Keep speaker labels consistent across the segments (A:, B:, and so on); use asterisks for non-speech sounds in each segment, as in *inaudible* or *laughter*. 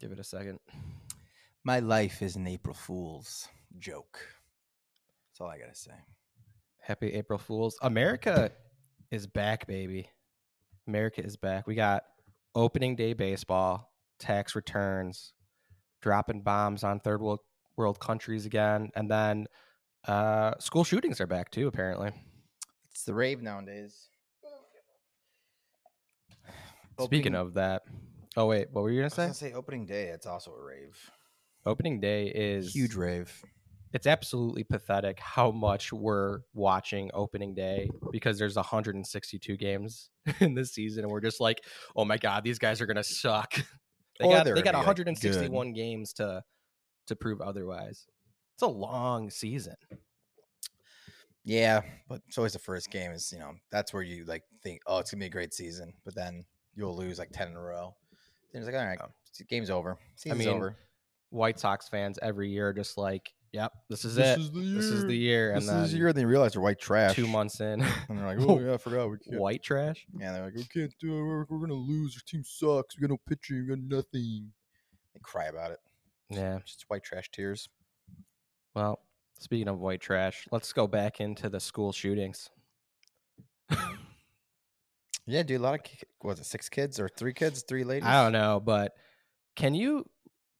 A: Give it a second.
B: My life is an April Fool's joke. That's all I gotta say.
A: Happy April Fools. America is back, baby. America is back. We got opening day baseball, tax returns, dropping bombs on third world world countries again, and then uh, school shootings are back too. Apparently,
B: It's the rave *sighs* nowadays.
A: speaking of that, oh wait, what were you gonna
B: I was gonna
A: say?
B: say opening day. It's also a rave.
A: Opening day is
B: Huge rave.
A: it's absolutely pathetic how much we're watching opening day because there's 162 games *laughs* in this season and we're just like oh my god these guys are gonna suck *laughs* they
B: Or
A: got
B: Oh, they're
A: they got
B: gonna be, like, good.
A: 161 games to to prove otherwise it's a long season
B: Yeah, but it's always the first game is, you know, that's where you like think, oh, it's gonna be a great season, but then you'll lose like ten in a row. Then it's like, all right,
A: Oh.
B: s- game's over. Season's
A: mean,
B: over.
A: white sox fans every year are just like yep this is it
B: the
A: this is the year and then
B: Then you realize they're white trash.
A: two months in
B: *laughs*
A: *laughs*
B: and they're like,
A: "Oh,
B: yeah, I forgot we
A: white trash
B: Yeah, they're like, we can't do it. We're, we're gonna lose. Our team sucks. We got no pitching. We got nothing. They cry about it.
A: yeah
B: Just white trash tears.
A: Well, speaking of white trash, let's go back into the school shootings. I
B: Yeah, dude. A lot of ki- was it six kids or three kids, three ladies?
A: don't know, but can you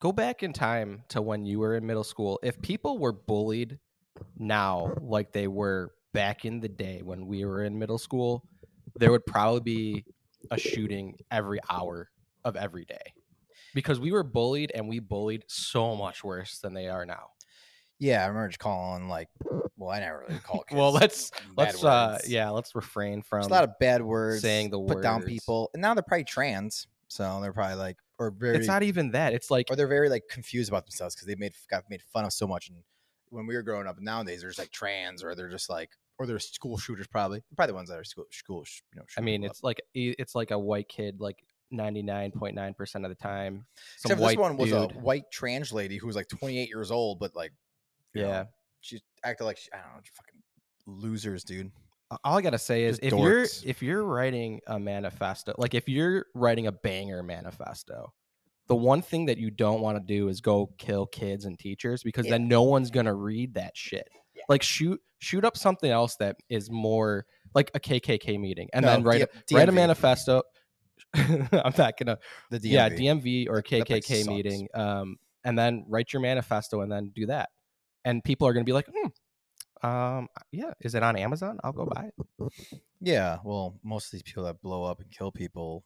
A: go back in time to when you were in middle school? If people were bullied now like they were back in the day when we were in middle school, there would probably be a shooting every hour of every day. Because we were bullied and we bullied so much worse than they are now.
B: Yeah, I remember just calling like, well, I never really called.
A: *laughs*
B: Kids.
A: Well, let's
B: bad
A: let's uh
B: words.
A: yeah, let's refrain from
B: There's a lot of bad words
A: saying the
B: put down
A: words.
B: people, and now they're probably trans, so they're probably like, or very,
A: it's not even that. It's like
B: or they're very like confused about themselves because they made got made fun of so much. And when we were growing up, nowadays they're just like trans, or they're just like, or they're school shooters. Probably, probably the ones that are school school. sh- You know,
A: I
B: shooting
A: mean,
B: people up.
A: it's like i- it's like a white kid, like ninety nine point nine percent of the time. Some
B: except for
A: white
B: this one was
A: dude.
B: a white trans lady who was like 28 years old, but like, you know,
A: Yeah.
B: she acted like she, I don't know, fucking losers, dude.
A: All I gotta say is, if
B: Just
A: you're
B: dorks.
A: if you're writing a manifesto, like if you're writing a banger manifesto, the one thing that you don't want to do is go kill kids and teachers because
B: Yeah.
A: then no one's gonna read that shit.
B: Yeah.
A: Like shoot shoot up something else that is more like a KKK meeting, and
B: No,
A: then write
B: D-
A: a, write a
B: DMV,
A: manifesto. *laughs* I'm not gonna
B: The DMV.
A: yeah DMV or
B: That- that place
A: KKK
B: sucks.
A: meeting, um, and then write your manifesto and then do that, and people are going to be like, hmm, um, yeah, is it on Amazon? I'll go buy it.
B: Yeah, well, most of these people that blow up and kill people,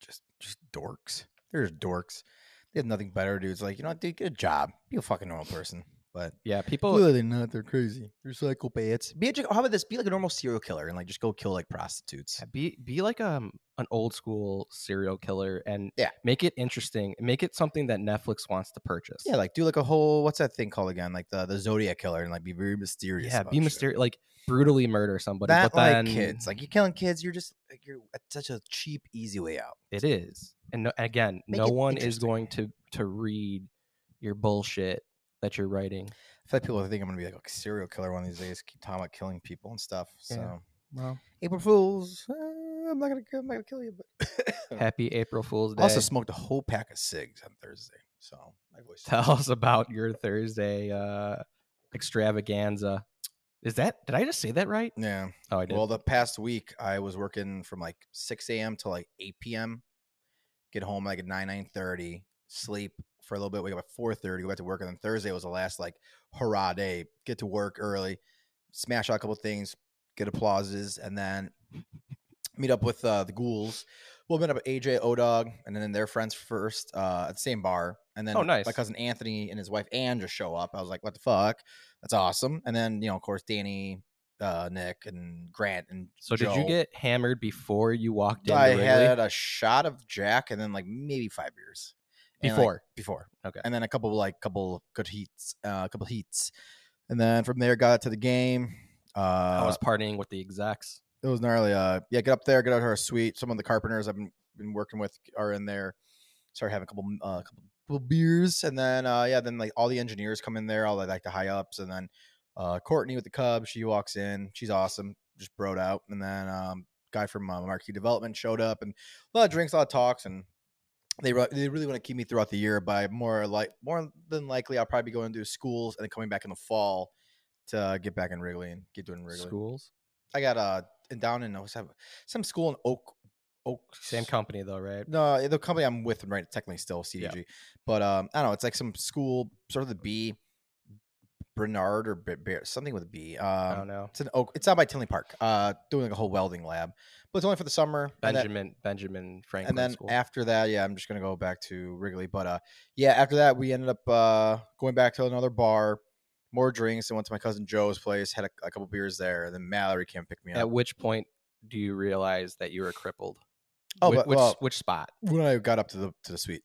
B: just just dorks. They're just dorks. They have nothing better to do. It's like you know, what, dude, get a job. Be a fucking normal person. But
A: Yeah, people.
B: clearly not. They're crazy. They're psychopaths. Be a, how about this? Be like a normal serial killer and like just go kill like prostitutes.
A: yeah, Be be like um an old school serial killer and
B: Yeah.
A: make it interesting. Make it something that Netflix wants to purchase.
B: Yeah, like do like a whole what's that thing called again? Like the the Zodiac killer and like be very mysterious.
A: yeah,
B: about
A: be
B: shit.
A: mysterious, like brutally murder somebody.
B: Not
A: but then
B: like kids. Like you're killing kids. You're just like you're it's such a cheap, easy way out.
A: it is, and no, again,
B: Make
A: no
B: it
A: one is
B: interesting.
A: going to to read your bullshit that you're writing.
B: I feel like people think I'm gonna be like a serial killer one of these days. Keep talking about killing people and stuff.
A: Yeah.
B: So.
A: Well,
B: April Fools. uh, I'm not gonna, I'm not gonna kill you, but *laughs*
A: happy April Fool's Day.
B: I also smoked a whole pack of cigs on Thursday, so my voice.
A: tell us about your Thursday uh extravaganza. Is that did I just say that right?
B: Yeah.
A: Oh, I did.
B: Well, the past week I was working from like 6 a.m. to like 8 p.m. Get home like at 9 9 30. Sleep for a little bit. Wake up at 4 30. Go back to work, and then Thursday was the last like hurrah day. Get to work early, smash out a couple things, get applauses, and then meet up with uh, the ghouls. We'll meet up with AJ Odog and then their friends first uh, at the same bar. And then
A: Oh, nice.
B: my cousin Anthony and his wife Anne just show up. I was like, what the fuck? That's awesome. And then, you know, of course, Danny, uh, Nick, and Grant. and
A: so did you
B: Joe.
A: get hammered before you walked in?
B: I had a shot of Jack and then like maybe five beers. And, like,
A: Before.
B: before.
A: Okay.
B: And then a couple like couple good heats, uh, a couple heats. And then from there got to the game. Uh,
A: I was partying with the execs.
B: it was gnarly. Uh, yeah, get up there, get out to our suite. Some of the carpenters I've been, been working with are in there. Start having a couple, uh, couple, couple beers, and then uh, yeah, then like all the engineers come in there, all the, like the high ups, and then uh, Courtney with the Cubs, she walks in, she's awesome, just broed out, and then um, guy from uh, Marquee Development showed up, and a lot of drinks, a lot of talks, and they re- they really want to keep me throughout the year by more like more than likely I'll probably be going to schools and then coming back in the fall to get back in Wrigley and get doing Wrigley.
A: Schools.
B: I got uh in- down in uh, what's that, some school in Oak Oak
A: Same company though, right?
B: no, the company I'm with right technically still
A: Yeah.
B: CDG, but um, I don't know. It's like some school, sort of the B, Bernard or Be- Bear, something with a B.
A: I
B: Um,
A: don't know.
B: it's an oak. It's out by Tinley Park. Uh, doing like a whole welding lab, but it's only for the summer. and that-
A: Benjamin Benjamin Franklin
B: and then
A: School.
B: after that, yeah, I'm just gonna go back to Wrigley. But uh, yeah, after that, we ended up uh going back to another bar, more drinks, and went to my cousin Joe's place. Had a, a couple beers there. And then Mallory came pick me
A: At
B: up.
A: which point do you realize that you were crippled?
B: Oh,
A: Whi-
B: but-
A: which
B: well-
A: which spot? *laughs*
B: when I got up to the to the suite,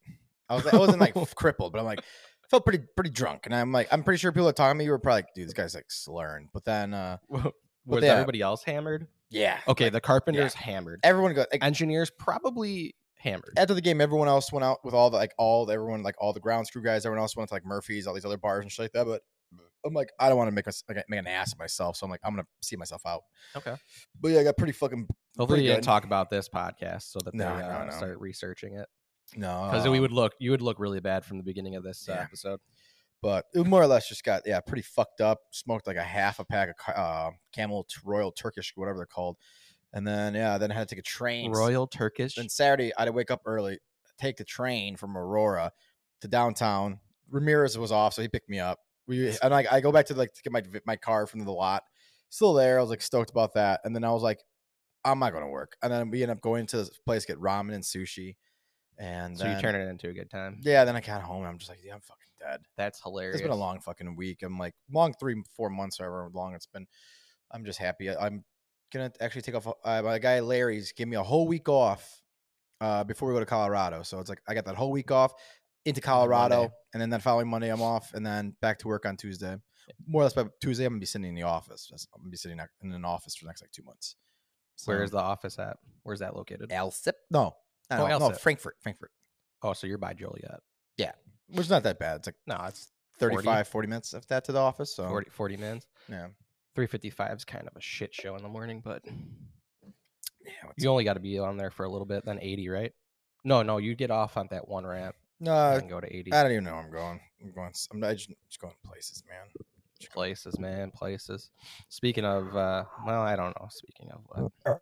B: I was I wasn't like crippled, but I'm like felt pretty pretty drunk, and I'm like I'm pretty sure people that talking to me were probably like, dude, this guy's like slurring. But then uh,
A: Was
B: yeah.
A: everybody else hammered?
B: yeah,
A: Okay,
B: like,
A: the carpenters hammered.
B: everyone got like,
A: Engineers probably hammered.
B: after the game, everyone else went out with all the like all the, everyone like all the ground screw guys. Everyone else went to like Murphy's, all these other bars and shit like that. But I'm like, I don't want to make us like make an ass of myself, so I'm like, I'm gonna see myself out.
A: Okay.
B: But yeah, I got pretty fucking
A: Hopefully,
B: pretty
A: you didn't
B: good.
A: talk about this podcast so that they
B: No, no,
A: uh,
B: no.
A: start researching it
B: no
A: because we
B: um,
A: would look you would look really bad from the beginning of this uh,
B: Yeah.
A: episode.
B: but it more or less just got yeah pretty fucked up. Smoked like a half a pack of ca- uh, Camel t- Royal Turkish, whatever they're called, and then yeah, then I had to take a train. s-
A: Royal Turkish.
B: Then Saturday I had to wake up early, take the train from Aurora to downtown. Ramirez was off, so he picked me up. We and I, I go back to like to get my v- my car from the lot, still there. I was like stoked about that, and then I was like, I'm not going to work. And then we end up going to this place get ramen and sushi, and
A: so you
B: then-
A: turn it into a good time.
B: Yeah, then I got home and I'm just like, yeah, I'm fucking dead.
A: That's hilarious.
B: It's been a long fucking week. I'm like long three, four months, however long it's been. I'm just happy. I- I'm gonna actually take off. Uh, my guy Larry's gave me a whole week off uh, before we go to Colorado, so it's like I got that whole week off into Colorado, and then that following Monday I'm off, and then back to work on Tuesday. More or less by Tuesday I'm gonna be sitting in the office. That's- I'm gonna be sitting in an office for the next like two months.
A: Where is the office at? Where's that located?
B: Elsip? No, I
A: Oh,
B: don't know. no
A: Alsip.
B: Frankfurt, Frankfurt,
A: Oh, so you're by Joliet.
B: which is not that bad. It's like
A: No, it's
B: 35, 40 minutes of that to the office. So
A: 40, 40 minutes.
B: yeah,
A: 355 is kind of a shit show in the morning, but
B: yeah. what's-
A: you only got to be on there for a little bit, then 80, right? No, no, you get off on that one ramp
B: No,
A: and go to 80
B: I don't even know where I'm going. I'm going. s- I'm, I just, just going places, man.
A: places, man, places. Speaking of, uh, well, I don't know. Speaking of what?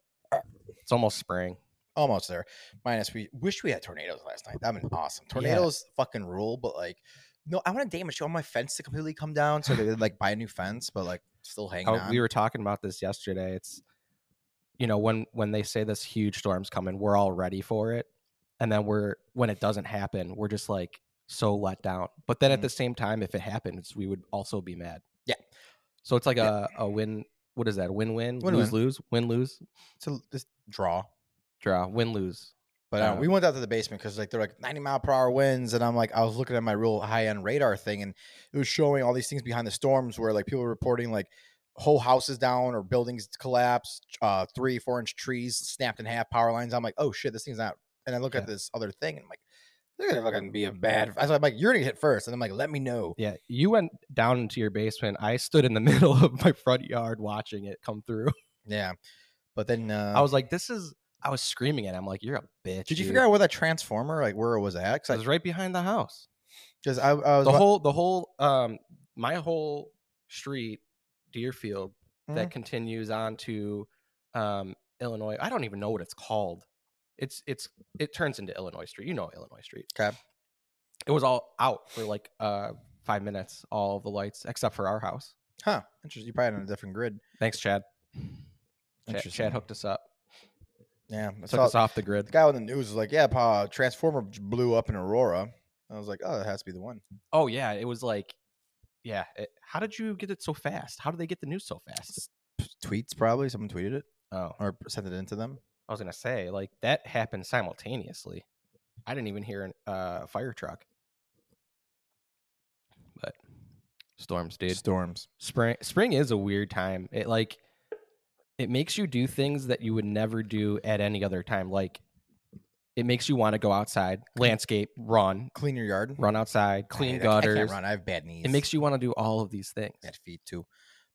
A: It's almost spring.
B: Almost there. Minus we wish we had tornadoes last night. That'd been awesome. Tornadoes fucking rule, but like, no, I want to damage. I want my fence to completely come down so they could like buy a new fence, but like still hanging
A: I-
B: on.
A: Oh, we were talking about this yesterday. It's you know when when they say this huge storm's coming, we're all ready for it, and then we're when it doesn't happen, we're just like so let down. But then at
B: Mhm.
A: the same time, if it happens, we would also be mad.
B: Yeah.
A: So it's like
B: Yeah.
A: a a win. What is that? Win win
B: Win-win.
A: lose lose win lose
B: to just draw.
A: draw win lose.
B: But uh,
A: Uh,
B: we went out to the basement because like they're like 90 mile per hour winds, and I'm like I was looking at my real high end radar thing, and it was showing all these things behind the storms where like people were reporting like whole houses down or buildings collapse, uh, three four inch trees snapped in half, power lines. I'm like, oh shit, this thing's not. And I look
A: Yeah.
B: at this other thing, and I'm like, they're gonna fucking be a bad. I was like, you're gonna get hit first, and I'm like, let me know.
A: Yeah, you went down into your basement. I stood in the *laughs* middle of my front yard watching it come through.
B: Yeah, but then uh,
A: I was like, "This is." I was screaming at. him like, "You're a bitch."
B: Did you
A: dude."
B: figure out where that transformer like where it was at?
A: It
B: Because
A: was right behind the house.
B: I, I was
A: the
B: wa-
A: whole the whole um my whole street deerfield that
B: Mhm.
A: continues on to um illinois i don't even know what it's called it's it's it turns into illinois street you know illinois street
B: 'Kay.
A: it was all out for like uh five minutes all the lights except for our house
B: huh? Interesting. You probably on a different grid.
A: thanks chad chad,
B: Interesting.
A: chad hooked us up
B: Yeah, I
A: took
B: saw-
A: us off the grid
B: The guy on the news was like, "Yeah, pa, Transformer j- blew up in Aurora." I was like, "Oh, that has to be the one."
A: *laughs* oh yeah it was like yeah it, how did you get it so fast how did they get the news so fast
B: Tweets probably someone tweeted it
A: oh
B: or sent it into them.
A: I was gonna say, like that happened simultaneously. I didn't even hear a uh, fire truck. But storms, dude.
B: Storms.
A: Spring, spring is a weird time. It like it makes you do things that you would never do at any other time. Like it makes you want to go outside, landscape, run,
B: Clean your yard.
A: run outside, clean
B: I- I, I
A: gutters.
B: can't run. I have bad knees.
A: it makes you want to do all of these things.
B: bad feet too.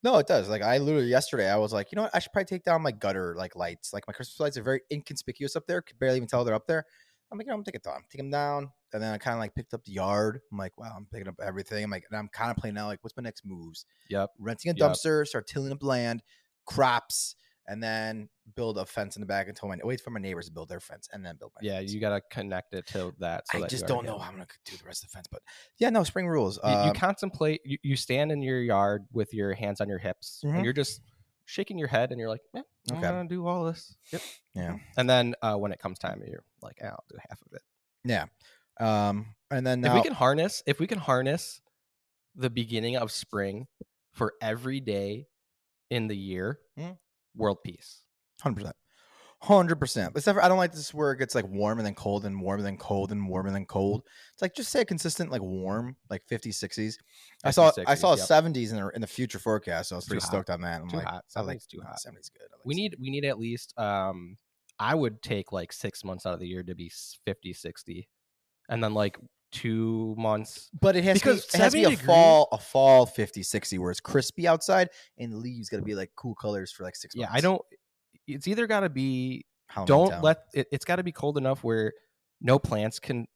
B: No, it does. Like I literally yesterday, I was like, you know what? I should probably take down my gutter like lights. Like my Christmas lights are very inconspicuous up there. Could barely even tell they're up there. I'm like, you know, I'm taking them, take them down, and then I kind of like picked up the yard. I'm like, wow, I'm picking up everything. I'm like, and I'm kind of playing out like, what's my next moves?
A: Yep.
B: renting a
A: Yep.
B: dumpster, start tilling up land, crops, and then build a fence in the back until my wait for my neighbors to build their fence and then build my
A: Yeah,
B: fence.
A: you gotta connect it to that. So
B: I
A: that you
B: just
A: are
B: don't know
A: getting-
B: how I'm gonna do the rest of the fence, but yeah, no spring rules.
A: You, you
B: Um,
A: contemplate. You, you stand in your yard with your hands on your hips,
B: Mhm.
A: and you're just shaking your head, and you're like, "Eh, I'm
B: Okay.
A: gonna do all this." Yep.
B: yeah,
A: And then uh, when it comes time, you're like, "Eh, "I'll do half of it."
B: yeah. Um, and then now,
A: if we can harness, if we can harness the beginning of spring for every day in the year,
B: Mm.
A: world peace.
B: hundred percent, hundred percent. Except for, I don't like this where it gets like warm and then cold and warm and then cold and warm and then cold. It's like just say a consistent like warm, like 50s, 60s. I saw
A: 50s,
B: I saw
A: 60s, yep.
B: 70s in the in the future forecast, so I was
A: Too
B: pretty
A: hot.
B: stoked on that. I'm
A: Too
B: like,
A: hot.
B: I like
A: Something's too
B: nah,
A: hot.
B: 70s good. I like
A: We
B: 70s.
A: need we need at least um I would take like 6 months out of the year to be s- 50 60 and then like 2 months
B: But it has
A: Because
B: to be, it has to be a
A: 70
B: fall a fall 50 60 where it's crispy outside and the leaves got to be like cool colors for like 6
A: yeah,
B: months.
A: I don't it's either got to be
B: Halloween
A: don't
B: Town.
A: let it, it's got to be cold enough where no plants can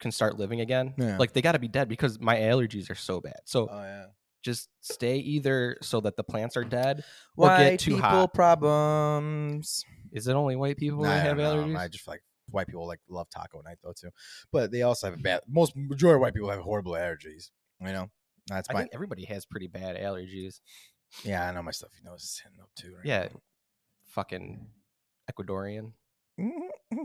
A: can start living again.
B: Yeah.
A: Like they got to be dead because my allergies are so bad. So
B: Oh yeah.
A: just stay either so that the plants are dead. Or
B: White
A: get too
B: people
A: hot.
B: problems.
A: Is it only white people
B: Nah,
A: that
B: I
A: have
B: don't
A: allergies?
B: know. I just like white people like love taco night though too. But they also have a bad most majority of white people have horrible allergies, you know. That's
A: I
B: my
A: think everybody has pretty bad allergies.
B: Yeah, I know my stuff. You know it's hitting up too. Right
A: Yeah, fucking Ecuadorian.
B: now. *laughs*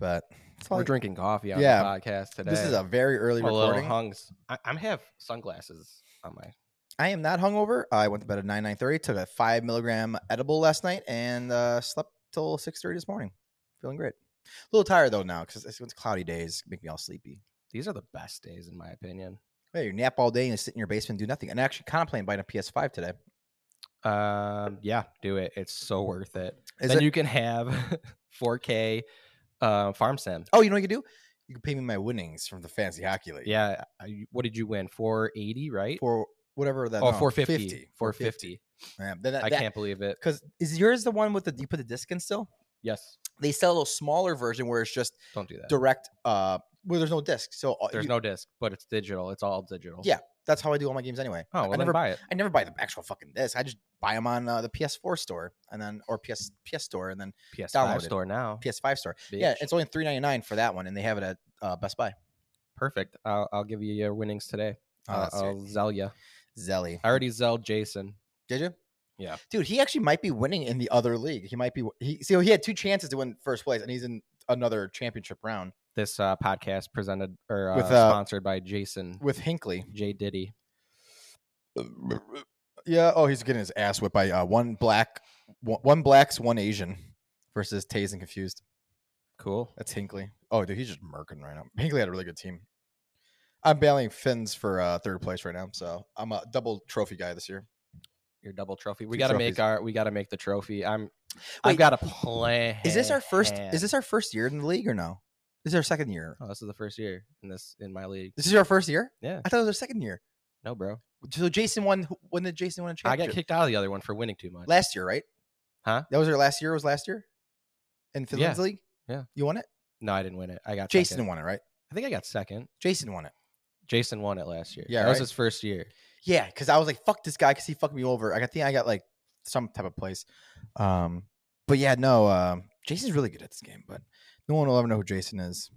B: but it's
A: We're
B: like-
A: drinking coffee on
B: Yeah,
A: the podcast today.
B: This is a very early
A: My little
B: recording.
A: hungs. I, I'm have sunglasses on my.
B: I am not hungover. I went to bed at nine nine thirty. Took a five milligram edible last night and uh, slept till six thirty this morning. Feeling great. A little tired though now because it's, it's cloudy days. Make me all sleepy.
A: These are the best days in my opinion.
B: Yeah, you nap all day and sit in your basement and do nothing. And I actually contemplating buying a PS Five today.
A: Um, yeah, do it. It's so worth it.
B: Is
A: then
B: it-
A: you can have *laughs* 4K uh, farm sim.
B: oh, you know what you can do? You can pay me my winnings from the fancy hockey league.
A: Yeah. I, what did you win? 480, right?
B: for whatever that.
A: oh,
B: uh, no,
A: 450. 450.
B: Yeah, then that,
A: I can't believe it.
B: because is yours the one with the you put the disc in still?
A: Yes.
B: They sell a little smaller version where it's just
A: Don't do that.
B: direct. Uh, where there's no disc, so all-
A: There's
B: you-
A: no disc, but it's digital. It's all digital.
B: Yeah. that's how I do all my games anyway.
A: Oh, well,
B: I
A: then
B: never
A: buy it.
B: I never buy the actual fucking disc. I just buy them on uh, the PS4 store and then or PS PS store and then
A: PS5
B: Download it.
A: store now.
B: PS5 store. Yeah,
A: bitch.
B: it's only three ninety nine for that one, and they have it at uh, Best Buy.
A: perfect. I'll, I'll give you your winnings today. Uh,
B: Oh, sweet.
A: I'll zell you.
B: Zelly,
A: I already zelled Jason.
B: did you?
A: Yeah.
B: dude, he actually might be winning in the other league. He might be. He so he had two chances to win first place, and he's in another championship round
A: This uh, podcast presented or uh,
B: With, uh,
A: sponsored by Jason
B: with Hinkley.
A: J Diddy.
B: Yeah. Oh, he's getting his ass whipped by uh, one black, one, one blacks, one Asian versus Taze and Confused.
A: Cool.
B: That's Hinkley. Oh, dude, he's just murking right now. Hinkley had a really good team. I'm battling Finns for uh, third place right now, so I'm a double trophy guy this year.
A: Your double trophy. We
B: Two
A: gotta
B: trophies.
A: make our. We gotta make the trophy. I'm.
B: Wait,
A: I've got a plan.
B: Is this our first? Is this our first year in the league or no? This is our second year.
A: Oh, this is the first year in this in my league.
B: This is our first year.
A: Yeah.
B: I thought it was our second year.
A: No, bro.
B: So Jason won. who- When did Jason win a
A: I got
B: championship?
A: kicked out of the other one for winning too much.
B: last year, right?
A: Huh?
B: That was our last year. Was last year in Finland's league?
A: yeah.
B: You won it.
A: No, I didn't win it. I got
B: Jason
A: Second.
B: won it, right?
A: I think I got second.
B: Jason won it.
A: Jason won it last year.
B: Yeah,
A: that was
B: right?
A: his first year.
B: Yeah, because I was like, fuck this guy because he fucked me over. Like, I think I got like some type of place. Um, but yeah, no, um, Jason's really good at this game, but no one will ever know who Jason is.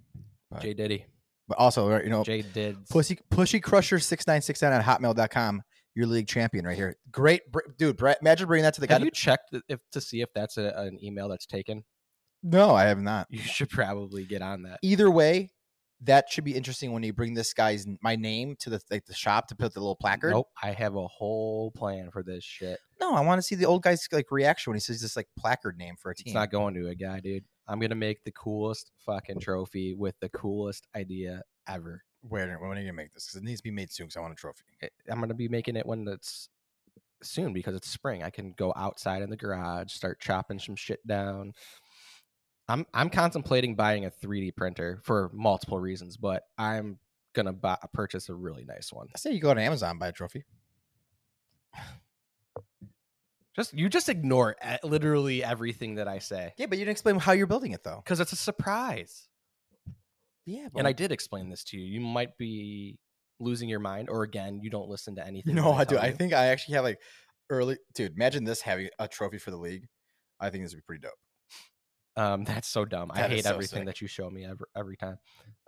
B: Right.
A: J Diddy.
B: But also, right, you know,
A: J did.
B: Pussy Pushy Crusher six nine six nine at hotmail.com, your league champion right here. Great, br- dude. Brett, imagine bringing that to the guy.
A: Have you checked th- if to see if that's a, an email that's taken?
B: no, I have not.
A: You should probably get on that.
B: Either way, that should be interesting when you bring this guy's n- my name to the like the shop to put the little placard.
A: Nope, I have a whole plan for this shit.
B: No, I want to see the old guy's like reaction when he says this like placard name for a team.
A: It's not going to a guy, dude. I'm gonna make the coolest fucking trophy with the coolest idea ever.
B: Where when are you gonna make this? Because it needs to be made soon. Because I want a trophy.
A: it- Eh, I'm gonna be making it when it's soon because it's spring. I can go outside in the garage, start chopping some shit down. I'm I'm contemplating buying a 3D printer for multiple reasons, but I'm gonna buy purchase a really nice one.
B: I say you go to Amazon buy a trophy.
A: Just you just ignore e- literally everything that I say
B: Yeah, but you didn't explain how you're building it though.
A: because it's a surprise.
B: Yeah,
A: And I did explain this to you. You might be losing your mind, or again, you don't listen to
B: *laughs*
A: anything. that
B: No, I do.
A: tell
B: I
A: you.
B: think I actually have like early dude. Imagine this having a trophy for the league. I think this would be pretty dope.
A: um, that's so dumb. I
B: That is
A: hate
B: so
A: everything
B: sick.
A: that you show me every, every time.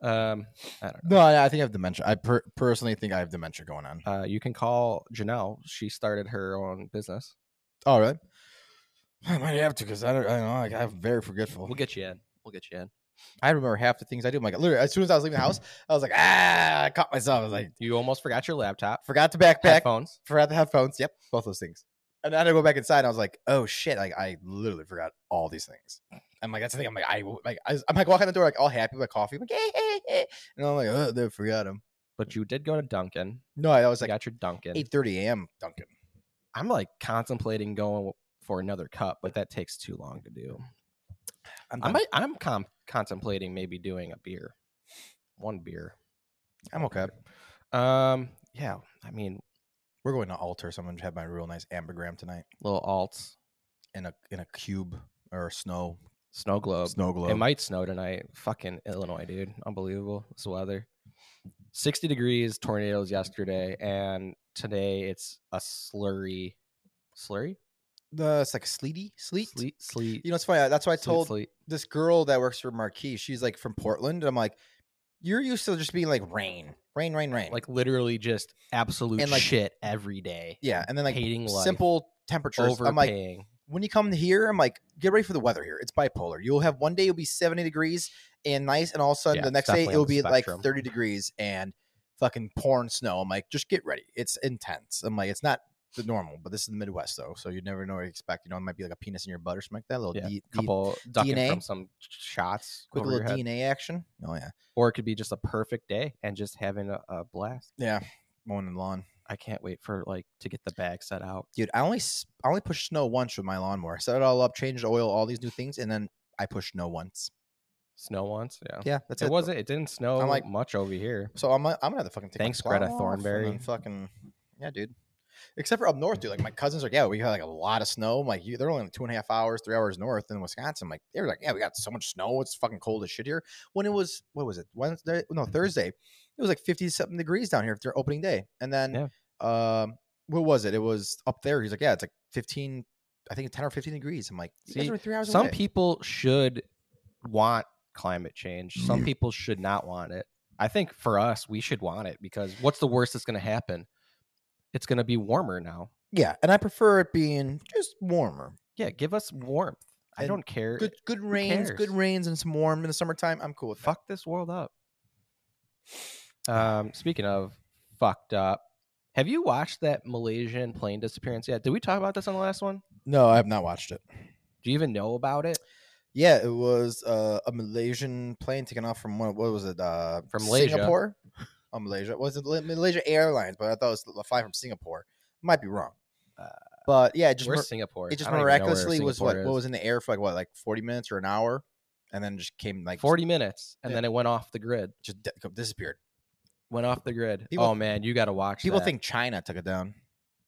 A: Um, I don't know.
B: No, I I think I have dementia. I per- personally think I have dementia going on.
A: Uh, you can call Janelle. She started her own business.
B: oh, really? I might have to because I don't. I don't know. Like, I'm very forgetful.
A: We'll get you in. We'll get you in.
B: I remember half the things I do. I'm like, literally, as soon as I was leaving the house, I was like, ah, I caught myself. I was like,
A: You almost forgot your laptop,
B: forgot the backpack,
A: headphones.
B: forgot the headphones. Yep, both those things. And then I go back inside. and I was like, oh shit! Like I literally forgot all these things. I'm like, that's the thing. I'm like, I like, I, am like walking the door like all happy with my coffee. I'm like, hey, hey, hey. and I'm like, oh, they forgot them.
A: But you did go to Duncan.
B: No, I was
A: You
B: like
A: got your Duncan.
B: 8:30 a.m. Duncan.
A: I'm like contemplating going for another cup, but that takes too long to do.
B: I'm,
A: I
B: done.
A: might, I'm com- contemplating maybe doing a beer, one beer.
B: I'm okay.
A: Um, yeah, I mean,
B: We're going to alter. Someone had my real nice ambergram tonight
A: little alts,
B: in a in a cube or a snow
A: snow globe.
B: snow globe.
A: It might snow tonight. Fucking Illinois, dude. Unbelievable. This weather. 60 degrees, tornadoes yesterday, and today it's a slurry. Slurry?
B: the it's like sleety sleet.
A: Sleet. Sleet.
B: You know, it's funny. That's why I
A: sleet,
B: told
A: Sleet.
B: this girl that works for Marquee. She's like from Portland. And I'm like, you're used to just being like rain, rain, rain, rain.
A: Like literally just absolute
B: And, like,
A: shit every day.
B: yeah, and then like
A: hating life.
B: simple temperatures. I'm like,
A: Overpaying.
B: when you come here, I'm like, get ready for the weather here. It's bipolar. You'll have one day it'll be 70 degrees and nice, and all of a sudden
A: Yeah,
B: the
A: it's
B: next day
A: definitely on
B: it'll
A: the
B: be
A: spectrum.
B: like 30 degrees and fucking pouring snow. I'm like, just get ready. It's intense. I'm like, it's not the normal, but this is the Midwest though, so you never know what to expect. You know, it might be like a penis in your butt or something like that. A little
A: Yeah,
B: D- D-
A: couple ducking
B: DNA?
A: from some shots
B: quick
A: over
B: little
A: your head.
B: DNA action. Oh yeah,
A: or it could be just a perfect day and just having a, a blast.
B: yeah, mowing the lawn.
A: I can't wait for like to get the bag set out.
B: dude i only s- i only pushed snow once with my lawnmower set it all up changed oil all these new things and then i pushed snow once
A: Snow once, yeah.
B: yeah that's
A: it
B: it
A: wasn't. It didn't snow
B: like-
A: much over here.
B: so i'm, gonna- I'm gonna have to fucking take my
A: Thanks,
B: plow
A: Greta
B: off and then
A: Thornberry.
B: fucking yeah dude except for up north dude like my cousins are like yeah we had like a lot of snow I'm like you, they're only like two and a half hours three hours north in wisconsin like they were like yeah we got so much snow it's fucking cold as shit here when it was what was it wednesday no thursday it was like 50 something degrees down here their opening day and then um what was it it was up there he's like yeah it's like 15 i think 10 or 15 degrees i'm like you guys
A: See,
B: are three hours
A: Some
B: away.
A: people should want climate change. Some people should not want it. I think for us, we should want it because what's the worst that's going to happen? It's going to be warmer now.
B: Yeah, and I prefer it being just warmer.
A: Yeah, give us warmth. I
B: And
A: don't care.
B: Good good rains,
A: cares?
B: good rains and some warm in the summertime. I'm cool with that.
A: fuck this world up. Um, speaking of fucked up, have you watched that Malaysian plane disappearance yet? Did we talk about this on the last one?
B: No, I have not watched it.
A: Do you even know about it?
B: Yeah, it was uh, a Malaysian plane taken off from what, what was it? Uh,
A: From Malaysia.
B: Singapore? Oh, Malaysia. Was it La- Malaysia Airlines? But I thought it was a flight from Singapore. Might be wrong.
A: Uh,
B: but yeah, it just
A: Where's
B: mir-
A: Singapore?
B: it just
A: I don't even know where
B: miraculously was
A: Singapore
B: like what
A: is.
B: was in the air for like what like 40 minutes or an hour and then just came like
A: 40 minutes and
B: Yeah.
A: then it went off the grid.
B: just di- disappeared.
A: Went off the grid.
B: People-
A: oh man, you got to watch.
B: People
A: that.
B: think China took it down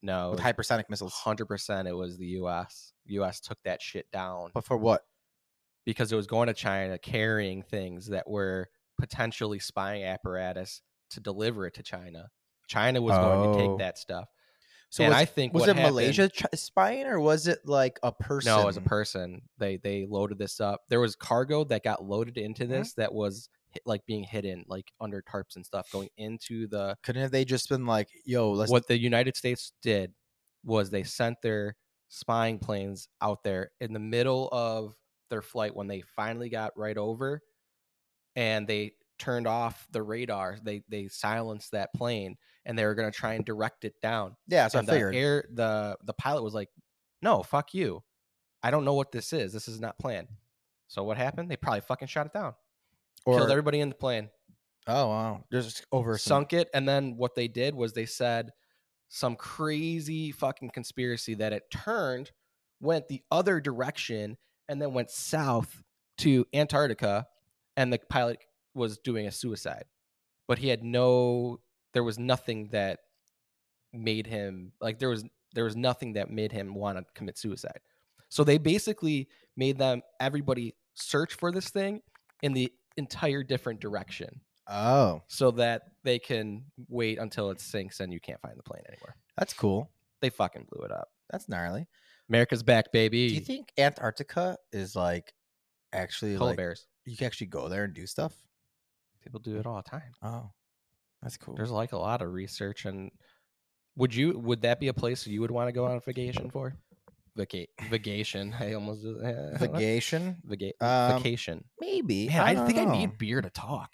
A: no,
B: with hypersonic missiles.
A: hundred percent it was the U.S. U.S. took that shit down
B: But for what?
A: because it was going to China carrying things that were potentially spying apparatus to deliver it to China. China was going to
B: Oh.
A: take that stuff.
B: So
A: and
B: was,
A: I think
B: was
A: what
B: it
A: happened-
B: Malaysia chi- spying or was it like a person?
A: No, as a person, they they loaded this up. There was cargo that got loaded into
B: Mhm.
A: this that was hi- like being hidden, like under tarps and stuff, going into the.
B: Couldn't have they just been like, "Yo, let's
A: What the United States did was they sent their spying planes out there in the middle of their flight when they finally got right over, and they turned off the radar. They they silenced that plane, and they were going to try and direct it down.
B: yeah." So I
A: and the
B: figured.
A: air the the pilot was like, "No, fuck you. I don't know what this is. This is not planned." So what happened? They probably fucking shot it down,
B: Or
A: killed everybody in the plane,
B: oh wow, just over some-
A: sunk it, and then what they did was they said some crazy fucking conspiracy that it turned, went the other direction, and then went south to Antarctica, and the pilot was doing a suicide, but he had no, there was nothing that made him like there was there was nothing that made him want to commit suicide. So they basically made them everybody search for this thing in the entire different direction
B: Oh,
A: so that they can wait until it sinks and you can't find the plane anywhere.
B: that's cool.
A: They fucking blew it up.
B: That's gnarly.
A: America's back, baby.
B: Do you think Antarctica is like actually
A: Polar
B: like
A: bears.
B: you can actually go there and do stuff?
A: People do it all the time.
B: Oh, that's cool.
A: There's like a lot of research and would you would that be a place you would want to go on a vacation for? Vaca- vacation. I almost uh,
B: Vacation,
A: vaga-
B: Um,
A: vacation.
B: maybe.
A: Man, I,
B: don't
A: think I
B: know.
A: need beer to talk.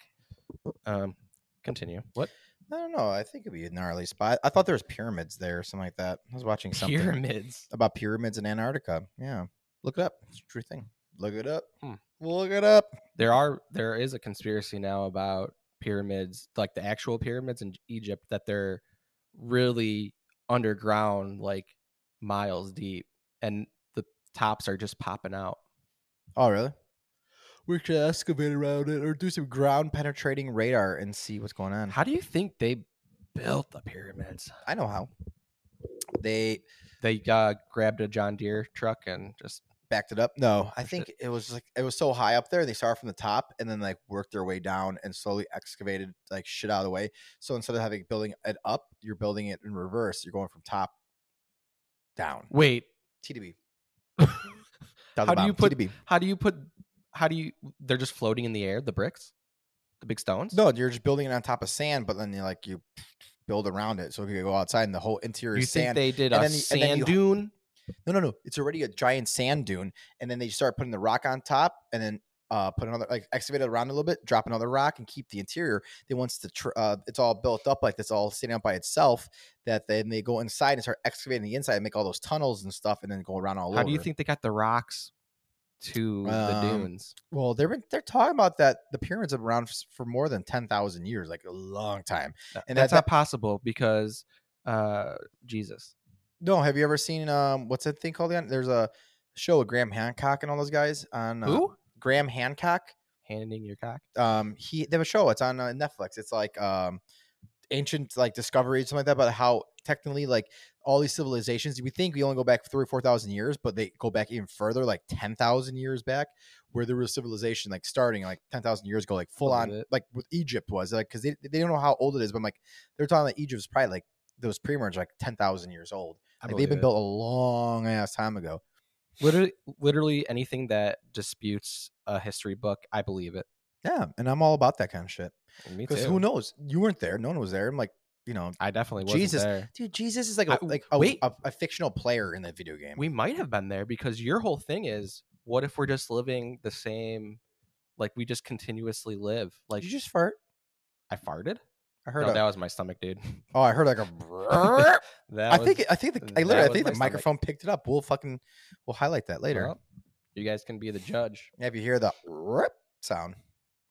A: Um, continue. What *laughs*
B: I don't know. I think it'd be a gnarly spot. I thought there was pyramids there, or something like that. I was watching something
A: pyramids?
B: about pyramids in Antarctica. Yeah, look it up. It's a true thing. Look it up.
A: Hmm.
B: Look it up.
A: There are there is a conspiracy now about pyramids, like the actual pyramids in Egypt, that they're really underground, like miles deep, and the tops are just popping out.
B: Oh, really? We should excavate around it or do some ground penetrating radar and see what's going on.
A: How do you think they built the pyramids?
B: I know how. They
A: They uh, grabbed a John Deere truck and just
B: backed it up. No, I
A: Pushed
B: think it was like it was so high up there. They started from the top and then like worked their way down and slowly excavated like shit out of the way. So instead of having building it up, you're building it in reverse. You're going from top down.
A: wait.
B: TDB.
A: How
B: Down
A: do
B: the bottom.
A: you put-
B: TDB?
A: *laughs* How do you put? How do you? They're just floating in the air. The bricks, the big stones.
B: No, you're just building it on top of sand, but then you like you build around it so you can go outside and the whole interior
A: you
B: is sand.
A: think they did
B: and
A: a
B: then you- and then
A: sand
B: you-
A: dune?
B: no, no, no. It's already a giant sand dune, and then they start putting the rock on top, and then uh, put another like excavate it around a little bit, drop another rock, and keep the interior. Then once the tr- uh, it's all built up like this, all sitting up by itself, that then they go inside and start excavating the inside and make all those tunnels and stuff, and then go around all
A: How
B: over.
A: do you think they got the rocks to the
B: Um,
A: dunes?
B: Well, they're they're talking about that the pyramids have been around f- for more than ten thousand years, like a long time.
A: And
B: and
A: that's
B: that-
A: not possible because uh, Jesus.
B: No, have you ever seen um what's that thing called again? There's a show with Graham Hancock and all those guys on uh,
A: Who?
B: Graham Hancock.
A: Handing your cock.
B: um he they have a show it's on uh, netflix it's like um ancient like discovery something like that about how technically like all these civilizations we think we only go back three or four thousand years but they go back even further like 10,000 years back where there was civilization like starting like 10,000 years ago like full
A: Believe
B: on
A: it.
B: like what egypt was like because they, they don't know how old it is but I'm like they're talking like egypt's probably like those pyramids are, like 10,000 years old like they've been built a long ass time ago
A: Literally, literally anything that disputes a history book, I believe it.
B: yeah and i'm all about that kind of shit
A: Me too.
B: because who knows you weren't there no one was there i'm like you know
A: I definitely wasn't
B: Jesus.
A: there.
B: Dude, Jesus is like a,
A: I-
B: like a,
A: wait.
B: a, a fictional player in that video game.
A: We might have been there because your whole thing is, what if we're just living the same, like we just continuously live? Like
B: Did you just fart?
A: I farted.
B: I heard.
A: no,
B: a,
A: that was my stomach, dude. *laughs*
B: oh, I heard like a. *laughs*
A: That
B: I
A: was-
B: think it- I think the, I
A: that
B: literally I
A: was
B: think
A: my
B: the
A: stomach.
B: microphone picked it up. We'll fucking we'll highlight that later.
A: Well, you guys can be the judge.
B: Yeah, if you hear the rip sound,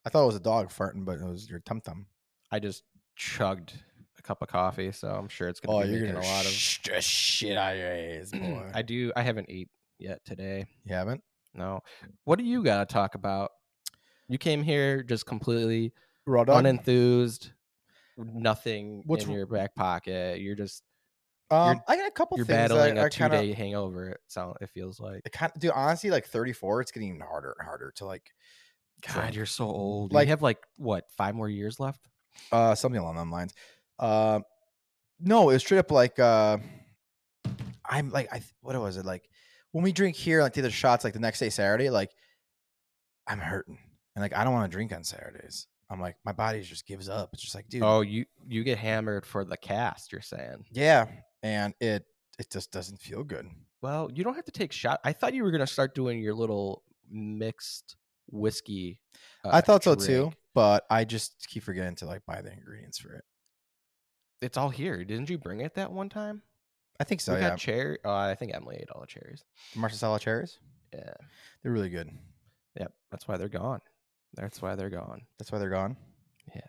B: I thought it was a dog farting, but it was your tum tum.
A: I just chugged a cup of coffee, so I'm sure it's
B: Oh,
A: going to be
B: you're
A: making
B: gonna
A: a lot of *sniffs*
B: sh- just shit out your *clears throat* ass, boy.
A: I do. I haven't eat yet today.
B: you haven't
A: No. What do you got to talk about? You came here just completely
B: raw dog.
A: unenthused, nothing
B: What's
A: in
B: w-
A: your back pocket. You're just
B: um, I got a couple
A: you're
B: things
A: battling
B: that
A: a
B: I
A: two
B: kind of
A: day hangover. It sound it feels like.
B: I kind of dude. Honestly, like 34, it's getting harder and harder to like.
A: God,
B: drink.
A: you're so old.
B: Like-
A: you have like what five more years left?
B: uh something along those lines uh no it was straight up like uh i'm like i th- what was it like when we drink here like the other shots like the next day saturday like i'm hurting and like i don't want to drink on saturdays i'm like my body just gives up it's just like dude
A: Oh, you you get hammered for the cast. You're saying.
B: yeah and it it just doesn't feel good
A: Well, you don't have to take shot. I thought you were gonna start doing your little mixed whiskey.
B: i
A: uh,
B: thought so
A: drink.
B: too but i just keep forgetting to like buy the ingredients for it
A: It's all here. Didn't you bring it that one time?
B: i think so
A: we
B: yeah
A: got cherry. Uh, I think Emily ate all the cherries.
B: Marsala cherries
A: Yeah.
B: they're really good
A: Yep. That's why they're gone. That's why they're gone.
B: That's why they're gone.
A: Yeah.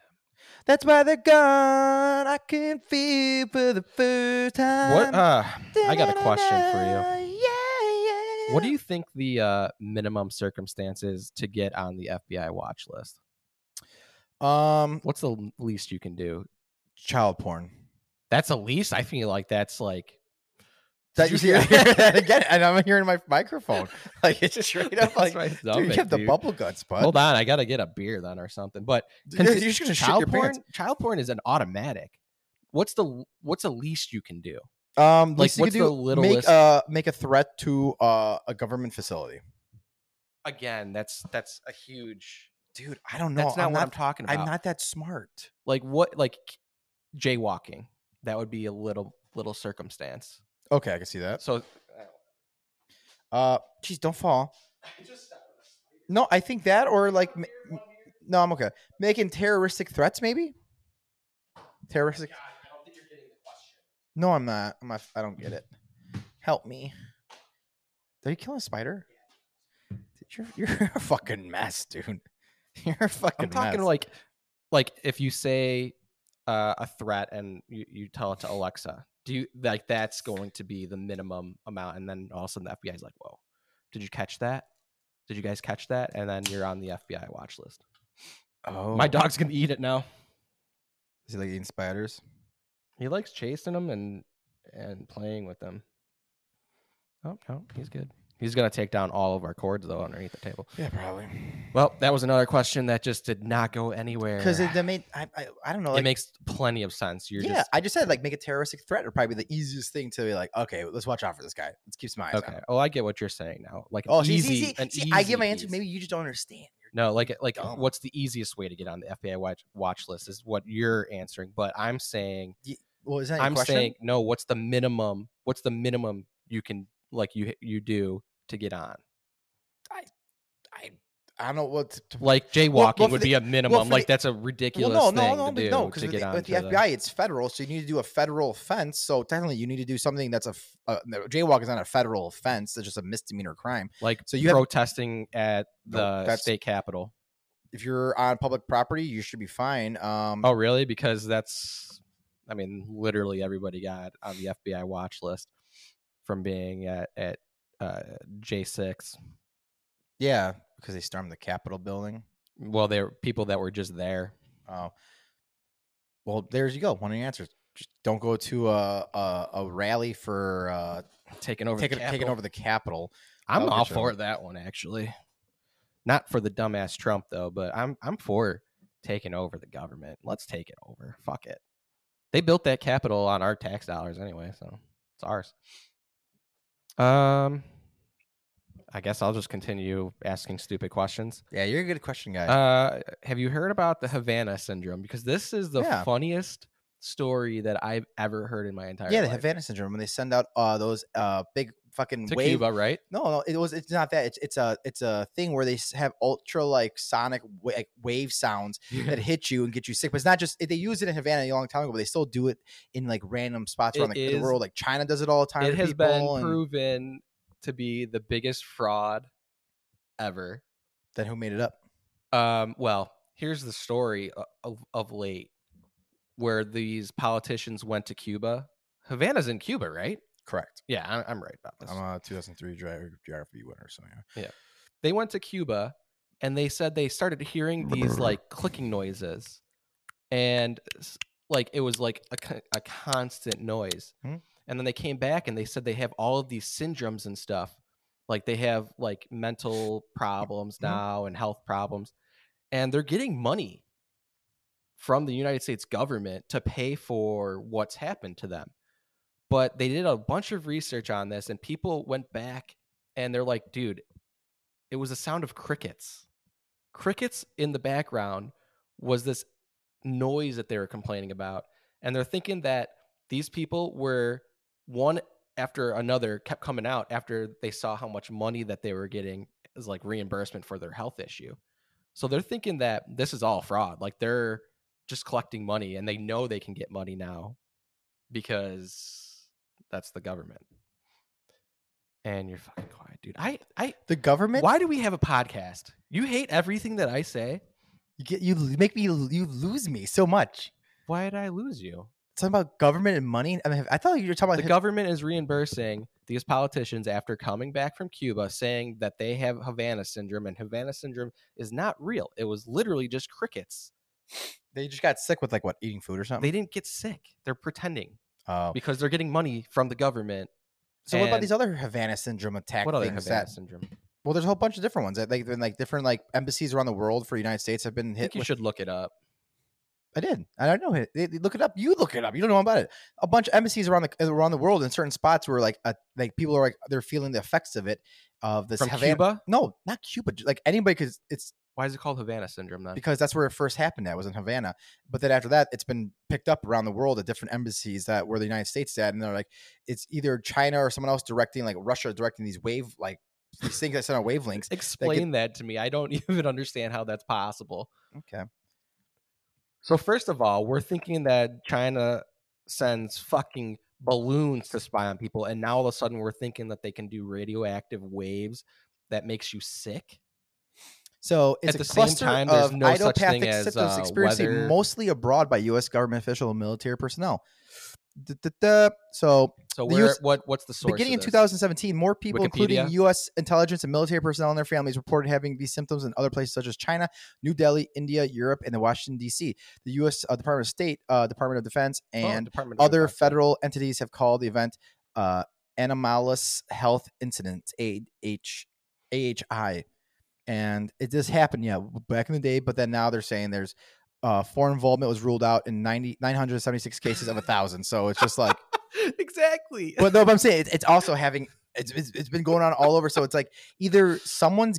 B: That's why they're gone. I can feel for the first time.
A: What? Uh, I got a question for
B: Yeah,
A: you. What do you think the uh, minimum circumstances to get on the FBI watch list?
B: you? Um,
A: What's the l- least you can do?
B: child porn.
A: That's a least. I feel like that's like
B: That you hear
A: *laughs*
B: that again, and I'm hearing my microphone. *laughs* Like it's just straight up like
A: That's my
B: dude, you
A: stomach,
B: have the
A: dude.
B: bubble guts, bud.
A: Hold on, I gotta get a beer then or something. But
B: Dude,
A: consi-
B: you're just gonna shit
A: child
B: your
A: porn,
B: pants.
A: child porn is an automatic. What's the what's the least you can do?
B: Um,
A: Like,
B: least you could
A: what's the littlest-
B: Make uh, make a threat to uh, a government facility,
A: Again, that's that's a huge.
B: dude. I don't know.
A: That's not
B: I'm
A: what
B: not.
A: I'm talking about.
B: I'm not that smart.
A: like what like jaywalking. That would be a little little circumstance.
B: Okay, I can see that.
A: So
B: Uh, geez, don't fall. No, I think that or like, m- m- no, I'm okay. Making terroristic threats, maybe. Terroristic. No, I'm not. I'm not. I don't get it. Help me. Did you kill a spider? Dude, You're *laughs* you're a fucking mess, dude. *laughs* You're a fucking.
A: I'm talking
B: mess.
A: like like if you say uh, a threat and you, you tell it to Alexa, do you like that's going to be the minimum amount, and then all of a sudden the FBI's like, "Whoa, did you catch that? Did you guys catch that?" And then you're on the FBI watch list.
B: oh,
A: My dog's gonna eat it now.
B: Is he like eating spiders?
A: He likes chasing them and and playing with them. Oh no, he's good. He's gonna take down all of our cords though underneath the table.
B: Yeah, probably.
A: Well, that was another question that just did not go anywhere.
B: Because it that made I, I I don't know.
A: it
B: Like,
A: makes plenty of sense. You're
B: yeah,
A: just
B: I just said like make a terroristic threat would probably be the easiest thing to be like, okay, let's watch out for this guy. Let's keep some eyes on
A: Okay.
B: him.
A: Oh, I get what you're saying now. Like an
B: Oh, see,
A: easy,
B: see, see,
A: an
B: see, I
A: easy
B: give my answer.
A: piece.
B: Maybe you just don't understand.
A: no. Like like
B: dumb.
A: what's the easiest way to get on the FBI watch watch list is what you're answering. But I'm saying
B: Well, is that your
A: I'm
B: question?
A: saying no. What's the minimum? What's the minimum you can like you you do to get on?
B: I I don't know what. To,
A: Like jaywalking
B: well, for
A: would
B: the-
A: be a minimum.
B: for
A: like
B: the-
A: that's a ridiculous
B: well, no,
A: thing
B: no, no,
A: to do
B: but no,
A: to
B: with
A: get
B: the,
A: on.
B: with the FBI, it's federal, so you need to do a federal offense. So technically, you need to do something that's a, f- uh, no, jaywalk is not a federal offense; it's just a misdemeanor crime.
A: like
B: so you have-
A: protesting at
B: No,
A: the
B: that's-
A: state capitol.
B: If you're on public property, you should be fine. Um,
A: Oh, really? Because that's, I mean, literally everybody got on the FBI watch list from being at, at uh, J6.
B: yeah, because they stormed the Capitol building.
A: Well, they were people that were just there.
B: Oh, well, there you go. One of your answers. Just don't go to a a, a rally for uh,
A: Taking over,
B: taking
A: the
B: taking
A: Capitol.
B: over the Capitol.
A: I'm
B: That'll
A: all
B: get you.
A: for that one actually. Not for the dumbass Trump though, but I'm I'm for taking over the government. Let's take it over. Fuck it. They built that capital on our tax dollars anyway, so it's ours. Um I guess I'll just continue asking stupid questions.
B: Yeah, you're a good question guy.
A: Uh have you heard about the Havana syndrome because this is the
B: Yeah.
A: funniest story that I've ever heard in my entire
B: yeah, the
A: life.
B: Havana syndrome when they send out uh, those uh, big fucking
A: to
B: wave
A: Cuba, right?
B: No, no, it was. It's not that. It's it's a it's a thing where they s- have ultra like sonic wa- like,
A: *laughs*
B: wave sounds that hit you and get you sick. But it's not just they use it in Havana a long time ago, but they still do it in like random spots around
A: It
B: the, the
A: is-
B: world. Like China does it all the time.
A: it
B: to
A: has been
B: people, and
A: proven to be the biggest fraud ever.
B: Then who made it up?
A: Um, well, here's the story o- of, of late where these politicians went to Cuba. Havana's in Cuba, right?
B: Correct.
A: Yeah, I'm, I'm right about this.
B: a 2003 geography winner, so yeah.
A: they went to Cuba and they said they started hearing these like clicking noises and s- like it was like a, co- a constant noise
B: Hmm.
A: and then they came back and they said they have all of these syndromes and stuff like they have like mental problems
B: Hmm.
A: now and health problems and they're getting money from the United States government to pay for what's happened to them but they did a bunch of research on this and people went back and they're like dude it was the sound of crickets crickets in the background was this noise that they were complaining about and they're thinking that these people were one after another kept coming out after they saw how much money that they were getting as like reimbursement for their health issue so they're thinking that this is all fraud like they're just collecting money and they know they can get money now because that's the government and you're fucking quiet dude i i
B: The government.
A: why do we have a podcast? You hate everything that I say.
B: You, get, you l- make me l- you lose me so much.
A: Why did I lose you?
B: Something about government and money. I mean, I thought you were talking
A: The
B: about
A: government is reimbursing these politicians after coming back from Cuba saying that they have Havana syndrome, and Havana syndrome is not real. It was literally just crickets.
B: they just got sick with like what eating food or something.
A: They didn't get sick. They're pretending
B: Oh,
A: because they're getting money from the government
B: So what about
A: And-
B: these other Havana syndrome attack
A: What other
B: things
A: Havana
B: that?
A: syndrome? I
B: Well, there's a whole bunch of different ones. I think like different like embassies around the world for United States have been hit.
A: think you
B: with-
A: should look it up.
B: I did. I don't know. it. They- they Look it up. You look it up. You don't know about it. A bunch of embassies around the around the world in certain spots where like uh, like people are like they're feeling the effects of it of this
A: From
B: Havana.
A: Cuba?
B: No, not Cuba. j- Like anybody, because it's
A: Why is it called Havana syndrome then?
B: because that's where it first happened. That was in Havana. But then after that, it's been picked up around the world at different embassies that where the United States at, and they're like, it's either China or someone else directing, like Russia directing these wave like these things that send
A: *laughs*
B: out wavelengts.
A: Explain that to me. I don't *laughs* even understand how that's possible.
B: Okay.
A: So first of all, we're thinking that China sends fucking balloons to spy on people, and now all of a sudden we're thinking that they can do radioactive waves that makes you sick.
B: So it's
A: At
B: a
A: the same
B: cluster
A: time, there's
B: of
A: no such thing
B: idiopathic
A: as,
B: symptoms
A: uh,
B: experienced
A: weather-
B: mostly abroad by U.S. government official and military personnel. Duh, duh, duh. So
A: So
B: The
A: where
B: US
A: what what's the source?
B: Beginning
A: of
B: in
A: this?
B: 2017, more people, including
A: Wikipedia?
B: U.S. intelligence and military personnel and their families, reported having these symptoms in other places such as China, New Delhi, India, Europe, and the Washington D.C. The U.S. Uh, Department of State, uh, Department of Defense,
A: Oh,
B: and
A: Department of
B: other
A: Defense.
B: federal entities have called the event uh, anomalous health incident (AH- AHI, and it just happened, yeah, back in the day. But then now they're saying there's uh, foreign involvement was ruled out in 90, 976 cases of a thousand. So
A: *laughs*
B: it's just like
A: *laughs* exactly.
B: but no, but I'm saying it's, it's also having it's, it's it's been going on all over. So it's like either someone's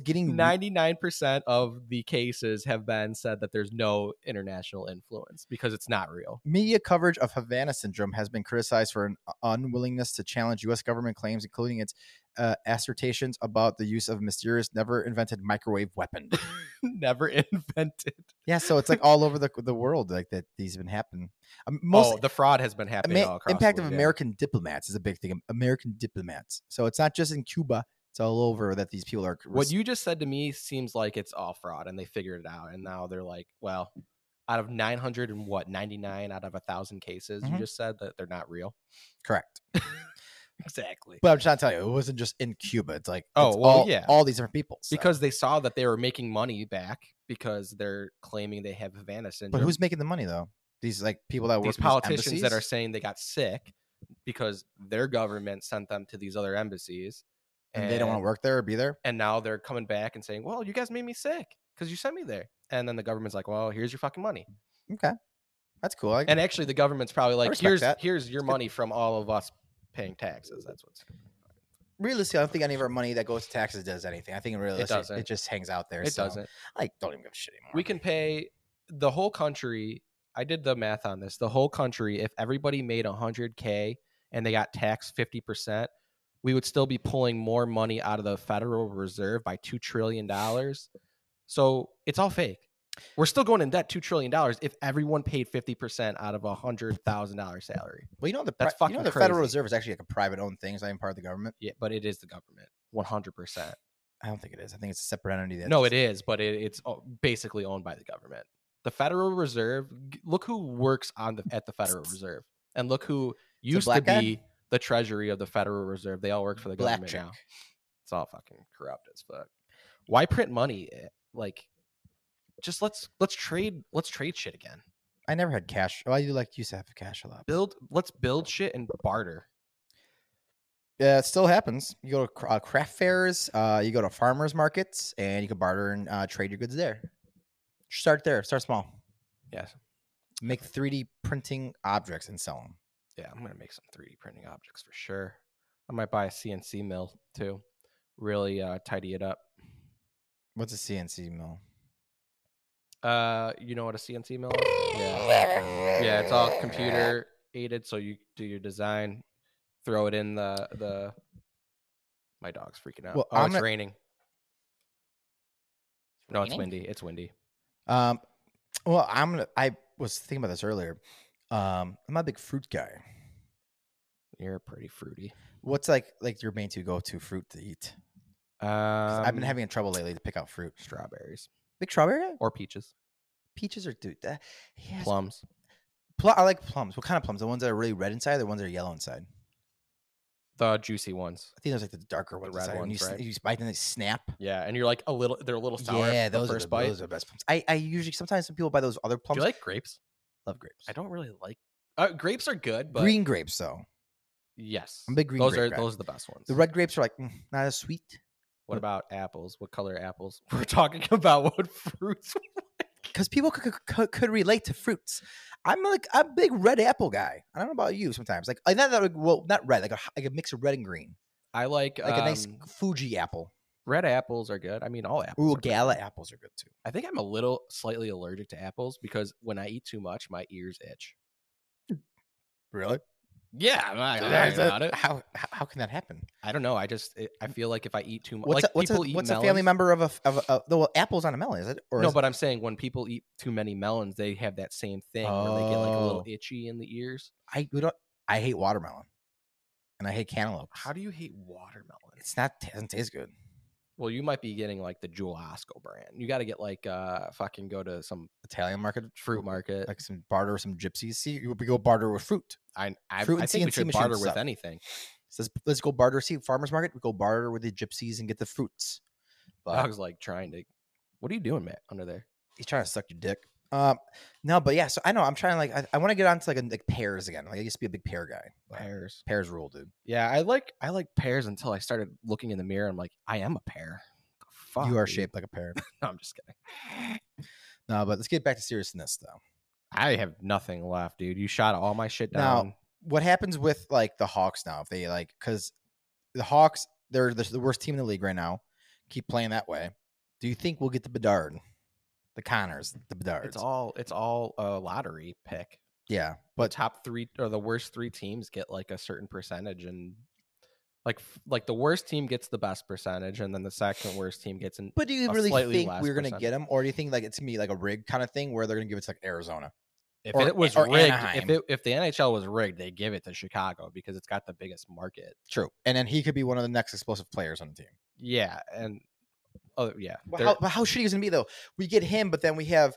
A: *laughs*
B: getting re-
A: Ninety nine percent of the cases have been said that there's no international influence because it's not real. *laughs*
B: media coverage of Havana syndrome has been criticized for an uh, unwillingness to challenge U.S. government claims, including its uh, assertions about the use of mysterious, never invented microwave weapon.
A: Never *laughs* invented.
B: yeah, so it's like all over the the world like that. These have been happening. Um, most
A: oh, the fraud has been happening.
B: Ama-
A: all across
B: impact
A: the
B: of
A: world, yeah.
B: American diplomats is a big thing. American diplomats. So it's not just in Cuba. It's all over that these people are.
A: What you just said to me seems like it's all fraud and they figured it out and now they're like, well, out of 900 and what 99 out of a thousand cases
B: Mhm.
A: you just said that they're not real. *laughs*
B: correct.
A: Exactly.
B: But I'm just trying to tell you, it wasn't just in Cuba. It's like
A: Oh,
B: it's
A: well,
B: all,
A: yeah.
B: all these different people. so-
A: because they saw that they were making money back because they're claiming they have Havana syndrome.
B: but who's making the money though? These like people that work
A: these
B: in
A: politicians that are
B: embassies?
A: saying they got sick because their government sent them to these other embassies
B: and they don't want to work there or be there.
A: and now they're coming back and saying, "Well, you guys made me sick because you sent me there." And then the government's like, "Well, here's your fucking money."
B: Okay, that's cool. I,
A: And actually, the government's probably like,
B: respect
A: "Here's
B: that.
A: here's your
B: It's good.
A: money from all of us paying taxes." That's what's
B: realistically, I don't think any of our money that goes to taxes does anything. I think realistically, it,
A: doesn't.
B: just hangs out there.
A: it
B: so
A: doesn't.
B: I don't even give a shit anymore.
A: We can pay the whole country. I did the math on this. The whole country, if everybody made 100k and they got taxed 50 percent, we would still be pulling more money out of the Federal Reserve by two trillion dollars. So it's all fake. We're still going in debt two trillion dollars if everyone paid 50 percent out of a hundred thousand dollar salary.
B: Well, you know the
A: That's
B: pri- you know
A: fucking
B: the Federal
A: crazy.
B: Reserve is actually like a private owned thing. It's not even part of the government.
A: Yeah, but it is the government 100 percent.
B: I don't think it is. I think it's a separate entity. That
A: No,
B: just-
A: it is, but it, it's o- basically owned by the government. The Federal Reserve. g- Look who works on the at the Federal Reserve, and look who
B: a
A: used to
B: black
A: be
B: guy?
A: the Treasury of the Federal Reserve. They all work for the
B: Black
A: government
B: chick.
A: now. It's all fucking corrupt as fuck. Why print money? Eh, Like, just let's let's trade let's trade shit again.
B: I never had cash. Well, I do like used to have cash a lot.
A: Build let's build shit and barter.
B: Yeah, it still happens. You go to cra- uh, craft fairs, uh, you go to farmers markets, and you can barter and uh, trade your goods there. Start there. Start small.
A: Yes.
B: Make 3D printing objects and sell them.
A: Yeah, I'm gonna make some 3D printing objects for sure. I might buy a CNC mill too. Really uh, tidy it up.
B: What's a CNC mill?
A: Uh, you know what a CNC mill is? Yeah, yeah. It's all computer aided, so you do your design, throw it in the the. My dog's freaking out.
B: Well,
A: oh,
B: I'm
A: it's
B: a-
A: raining. No, it's
B: Raining?
A: windy. It's windy.
B: Um, well, I'm gonna. I was thinking about this earlier. Um, I'm not a big fruit guy.
A: You're pretty fruity.
B: What's like like your main two go to fruit to eat?
A: Um,
B: 'Cause I've been having trouble lately to pick out fruit.
A: strawberries
B: Big strawberry,
A: or peaches,
B: peaches, or dude, that, yes,
A: plums.
B: Pl- I like plums. What kind of plums? The ones that are really red inside, or the ones that are yellow inside.
A: The juicy ones.
B: I think those like the darker ones.
A: red
B: inside, and you,
A: ones,
B: sn-
A: right?
B: you bite and they snap.
A: Yeah, and you're like a little. They're a little sour.
B: yeah,
A: the
B: those
A: first
B: are the,
A: bite.
B: Those are the best plums. I, I usually sometimes some people buy those other
A: Do
B: plums.
A: you like grapes?
B: Love grapes.
A: I don't really like. Uh, grapes are good, but
B: Green grapes though.
A: Yes.
B: I'm a big green
A: those
B: grape
A: are
B: guy.
A: those are the best ones.
B: The red grapes are like mm, not as sweet
A: what about apples? What color apples? *laughs* We're talking about what fruits.
B: because people could, could could relate to fruits. I'm like I'm a big red apple guy. I don't know about you. Sometimes like I not that like, well not red like a h- like a mix of red and green
A: *laughs* I like
B: like a nice
A: um,
B: Fuji apple.
A: red apples are good. I mean all apples.
B: Ooh,
A: are good.
B: gala apples are good too.
A: I think I'm a little slightly allergic to apples because when I eat too much, my ears itch.
B: Really?
A: Yeah, I'm
B: *laughs*
A: not gonna lie
B: That's a-
A: about it.
B: How, how how can that happen?
A: I don't know. I just it, I feel like if I eat too much,
B: What's
A: like
B: a, what's, a,
A: people eat
B: what's a
A: melons.
B: family member of a, f- of a, of- no, well, apples on a melon is it or
A: no,
B: is it-
A: but I'm saying when people eat too many melons, they have that same thing where they get like a little
B: Oh.
A: itchy in the ears.
B: I we don't I hate watermelon and I hate cantaloupe.
A: How do you hate watermelon?
B: it's not doesn't taste good.
A: Well, you might be getting like the Jewel Osco brand. You got to get like uh fucking go to some
B: Italian market
A: fruit market.
B: like some barter with some gypsies. See, you- we go barter with fruit.
A: I I,
B: fruit
A: I
B: and
A: think we
B: CNC
A: should
B: machine
A: barter with
B: stuff.
A: anything.
B: So let's, let's go barter. See, farmers market. We go barter with the gypsies and get the fruits. But
A: Dog's like trying to. What are you doing, Matt? Under there?
B: he's trying to suck your dick. Um, no, but yeah. So I know I'm trying. Like I, I want to get onto like a, like pears again. Like I used to be a big pear guy. but
A: Pears.
B: Pears rule, dude.
A: Yeah, I like I like pears until I started looking in the mirror. I'm like, I am a pear. The fuck,
B: you are
A: dude?
B: shaped like a pear.
A: *laughs* No, I'm just kidding.
B: no, but let's get back to seriousness though.
A: I have nothing left, dude. You shot all my shit
B: Now-
A: down.
B: What happens with like the Hawks now? If they like, because the Hawks they're the, the worst team in the league right now. Keep playing that way. Do you think we'll get the Bedard, the Connors, the Bedards?
A: it's all it's all a lottery pick.
B: yeah,
A: The
B: but
A: top three or the worst three teams get like a certain percentage, and like f- like the worst team gets the best percentage, and then the second worst team gets an.
B: But do you
A: a
B: really
A: slightly
B: think
A: less
B: we're going to
A: percent.
B: get him, or do you think like it's going to be like a rig kind of thing where they're going to give it to like Arizona?
A: If
B: or-
A: it was
B: or
A: rigged,
B: Anaheim.
A: if it, if the NHL was rigged, they give it to Chicago because it's got the biggest market.
B: True, and then he could be one of the next explosive players on the team.
A: Yeah, and oh yeah,
B: But
A: they're-
B: how, but how shitty is it going to be though? We get him, but then we have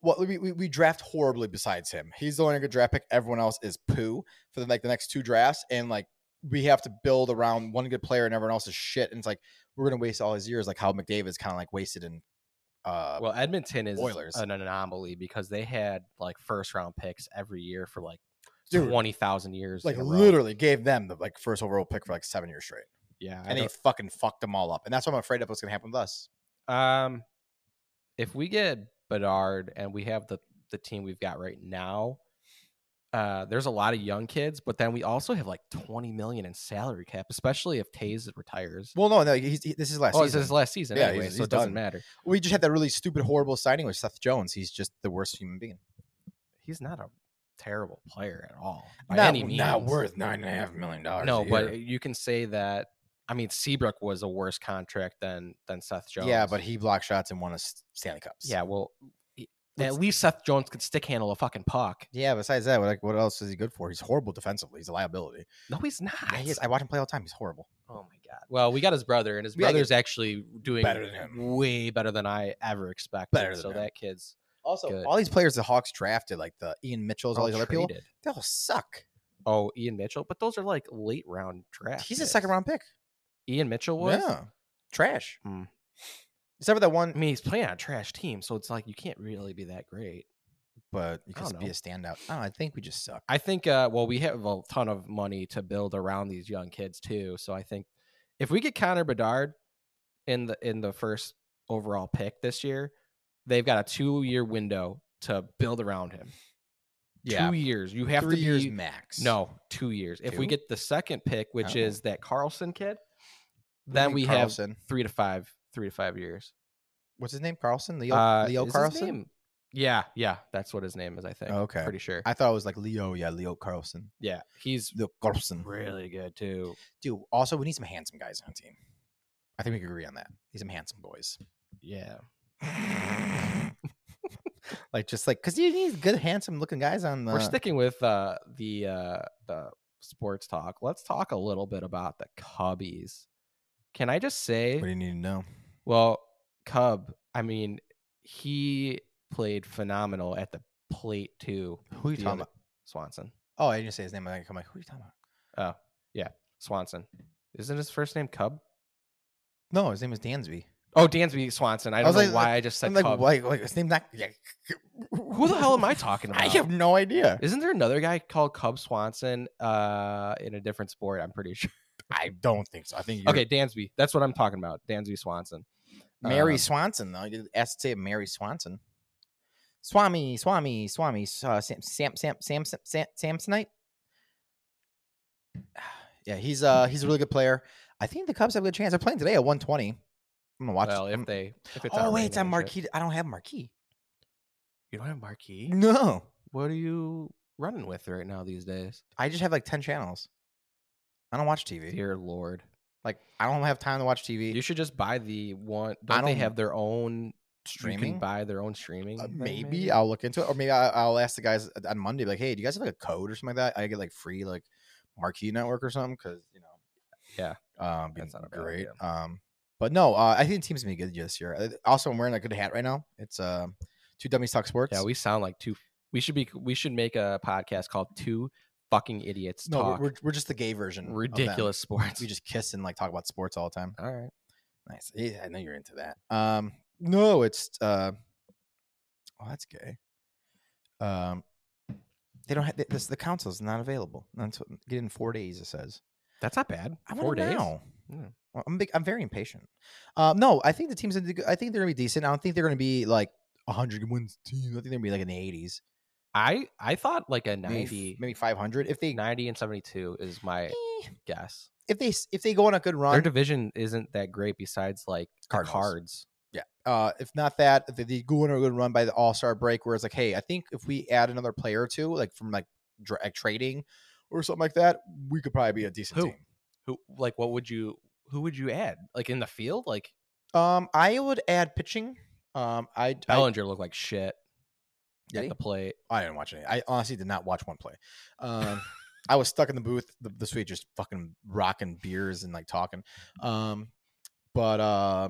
B: what we, we, we draft horribly besides him. He's the only good draft pick. Everyone else is poo for the, like the next two drafts, and like we have to build around one good player and everyone else is shit. And it's like we're going to waste all his years, like how McDavid's kind of like wasted in. Uh,
A: well, Edmonton is
B: Oilers.
A: an anomaly because they had like first round picks every year for like
B: Dude,
A: twenty thousand years.
B: like
A: in a row.
B: literally gave them the like first overall pick for like seven years straight.
A: yeah. I
B: and they
A: don't-
B: fucking fucked them all up. And that's what I'm afraid of what's going to happen with us.
A: um, if we get Bedard and we have the the team we've got right now, uh, there's a lot of young kids, but then we also have like twenty million in salary cap, especially if Tays retires.
B: Well, no, no, he's, he, this is last
A: oh, it's
B: season.
A: his last season
B: Yeah,
A: anyway,
B: he's-
A: so
B: he's
A: it doesn't
B: done.
A: matter.
B: we just had that really stupid, horrible signing with Seth Jones. He's just the worst human being.
A: He's not a terrible player at all by
B: not,
A: any means.
B: not worth nine and a half million dollars.
A: No,
B: a
A: but
B: year.
A: you can say that. I mean, Seabrook was a worse contract than than Seth Jones.
B: yeah, but he blocked shots and won us Stanley Cups.
A: yeah, well, he- at
B: Let's-
A: least Seth Jones could stick handle a fucking puck.
B: yeah. Besides that, what, like, what else is he good for? He's horrible defensively. He's a liability.
A: No, he's not.
B: Yeah, he is. I watch him play all the time. He's horrible.
A: Oh my god. Well, we got his brother, and his
B: We gotta
A: brother's actually doing
B: better than him.
A: way better than I ever expected.
B: Better than
A: so
B: him.
A: that kid's
B: Also,
A: Good.
B: all these players the Hawks drafted, like the Ian Mitchells, all
A: all
B: these other people,
A: traded.
B: they all suck.
A: Oh, Ian Mitchell, but those are like late round drafts.
B: He's a second round pick.
A: Ian Mitchell was.
B: Yeah, trash.
A: Hmm.
B: Except for that one
A: I mean, he's playing on a trash team, so it's like you can't really be that great.
B: but you
A: I
B: can
A: don't
B: be
A: know.
B: a standout. I don't know, I think we just suck.
A: I think uh well we have a ton of money to build around these young kids too. So I think if we get Connor Bedard in the in the first overall pick this year, they've got a two year window to build around him. Two years. You have
B: three
A: to
B: years
A: be-
B: max.
A: No, two years. If we
B: Two?
A: get the second pick, which
B: Oh.
A: is that Carlson kid, then
B: Leo
A: we
B: Carlson.
A: have three to five three to five years.
B: What's his name? Carlson. Leo.
A: Uh,
B: Leo
A: is his
B: Carlson.
A: name- Yeah, yeah. That's what his name is, I think.
B: Okay.
A: Pretty sure.
B: I thought it was like Leo. Yeah, Leo Carlson.
A: yeah. He's
B: Leo Carlson.
A: really good too.
B: Dude. Also, we need some handsome guys on the team. I think we can agree on that. Need some
A: *laughs*
B: handsome boys.
A: Yeah.
B: like just like because you need good handsome looking guys on the.
A: we're sticking with uh, the uh, the sports talk. Let's talk a little bit about the Cubbies. Can I just
B: What do
A: say,
B: you need to know?
A: well, Cub, I mean, he played phenomenal at the plate too.
B: Who are you
A: the
B: talking
A: other-
B: about?
A: Swanson.
B: Oh, I didn't say his name. I'm like, I'm like, who are you talking about?
A: Swanson. Isn't his first name Cub?
B: No, his name is Dansby.
A: Oh, Dansby Swanson. I don't
B: was
A: know
B: like-
A: why I just said
B: I'm like,
A: Cub.
B: like, like his name's not. Yeah. *laughs*
A: Who the hell am I talking about?
B: I have no idea.
A: Isn't there another guy called Cub Swanson uh, in a different sport? I'm pretty *laughs* sure.
B: I don't think so. I think you're,
A: Okay, Dansby. That's what I'm talking about. Dansby Swanson.
B: Mary
A: Um,
B: Swanson though. You asked to say Mary Swanson. Swami, Swami, Swami, uh, Sam, Sam, Sam, Sam, Sam, Sam, Samsonite. *sighs* Yeah, he's uh he's a really good player. I think the Cubs have a good chance. They're playing today at 120. I'm gonna watch.
A: well, if
B: I'm-
A: they, if it's
B: oh
A: on
B: wait, it's
A: Rain
B: on
A: and shit.
B: Marquee. I don't have Marquee.
A: You don't have Marquee.
B: No,
A: What are you running with right now these days?
B: I just have like 10 channels. I don't watch TV.
A: Dear Lord,
B: Like I don't have time to watch TV.
A: you should just buy the one. Don't,
B: I
A: they
B: don't-
A: have their own You
B: streaming.
A: can buy their own streaming.
B: Uh,
A: thing,
B: maybe, I'll look into it, or maybe I, I'll ask the guys uh, on Monday, like, "Hey, do you guys have like a code or something like that? I get like free like marquee network or something because you know,
A: Yeah,
B: um, be
A: that's not a bad
B: great.
A: idea.
B: Um, but no, uh, I think the team's gonna be good this year. Uh, Also, I'm wearing a good hat right now. It's uh, two dummies talk sports.
A: yeah. We sound like two. We should be. We should make a podcast called Two Fucking Idiots
B: no,
A: Talk
B: we're, we're we're just the gay version. of them.
A: Ridiculous *laughs* Sports.
B: We just kiss and like talk about sports all the time.
A: all right.
B: Nice. Yeah, I know you're into that. Um, no, it's uh, oh, that's gay. Um, they don't have this. The council is not available. That's what, get in four days. It says.
A: That's not bad.
B: I
A: Four
B: want to
A: days.
B: know.
A: Yeah.
B: Well, I'm big, I'm very impatient. Uh, no, I think the teams. gonna do good- I think they're gonna be decent. I don't think they're gonna be like a hundred wins team. I think they're gonna be like in the eighties,
A: I I thought like a
B: maybe
A: 90,
B: maybe five hundred. If they
A: 90 and seventy two is my
B: eh,
A: guess.
B: if they s- if they go on a good
A: Their
B: run,
A: division isn't that great. Besides like the
B: Cardinals.
A: cards.
B: uh, if not that, if they go on a good run by the All Star break, where it's like, hey, I think if we add another player or two, like from like, dra- like trading or something like that, we could probably be a decent
A: Who?
B: team.
A: Who like what would you? Who would you add? Like in the field? Like
B: Um, I would add pitching. Um, I I,
A: Bellinger looked like shit
B: Did
A: at
B: he?
A: the plate.
B: I didn't watch any. I honestly did not watch one play. Um, I was stuck in the booth the, this week, just fucking rocking beers and like talking. Um, but uh,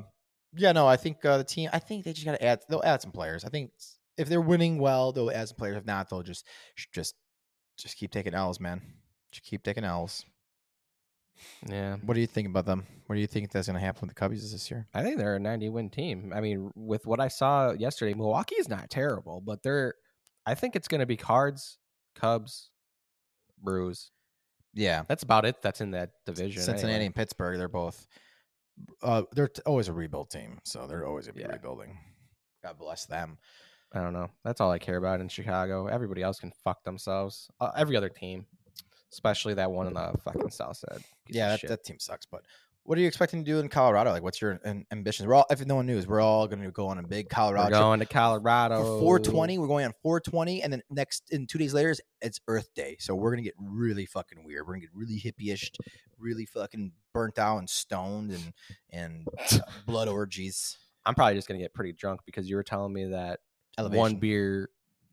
B: yeah, no, I think uh, the team. I think they just got to add. They'll add some players. I think s- if they're winning well, they'll add some players. If not, they'll just sh- just just keep taking L's, man. Just keep taking L's.
A: Yeah.
B: What do you think about them? What do you think that's going to happen with the Cubbies this year?
A: I think they're a 90 win team. I mean, with what I saw yesterday, Milwaukee is not terrible, but they're, I think it's going to be Cards, Cubs, Brews.
B: Yeah,
A: That's about it that's in that division.
B: Cincinnati
A: anyway.
B: and Pittsburgh. They're both. Uh, they're t- always a rebuild team, so they're always gonna be
A: Yeah.
B: rebuilding. God bless them.
A: I don't know. That's all I care about in Chicago. Everybody else can fuck themselves. Uh, every other team, especially that one in the fucking South Side. piece
B: yeah,
A: of
B: that,
A: shit.
B: that team sucks. But what are you expecting to do in Colorado? Like, what's your an- ambitions? We're all, if no one knows, we're all going to go on a big
A: We're
B: Colorado trip.
A: going to Colorado.
B: For 420, we're going on 420, and then next in two days later, is- it's Earth Day. So we're gonna get really fucking weird. We're gonna get really hippie-ish, really fucking burnt out and stoned and and uh, blood orgies.
A: I'm probably just going to get pretty drunk because you were telling me that
B: Elevation.
A: one beer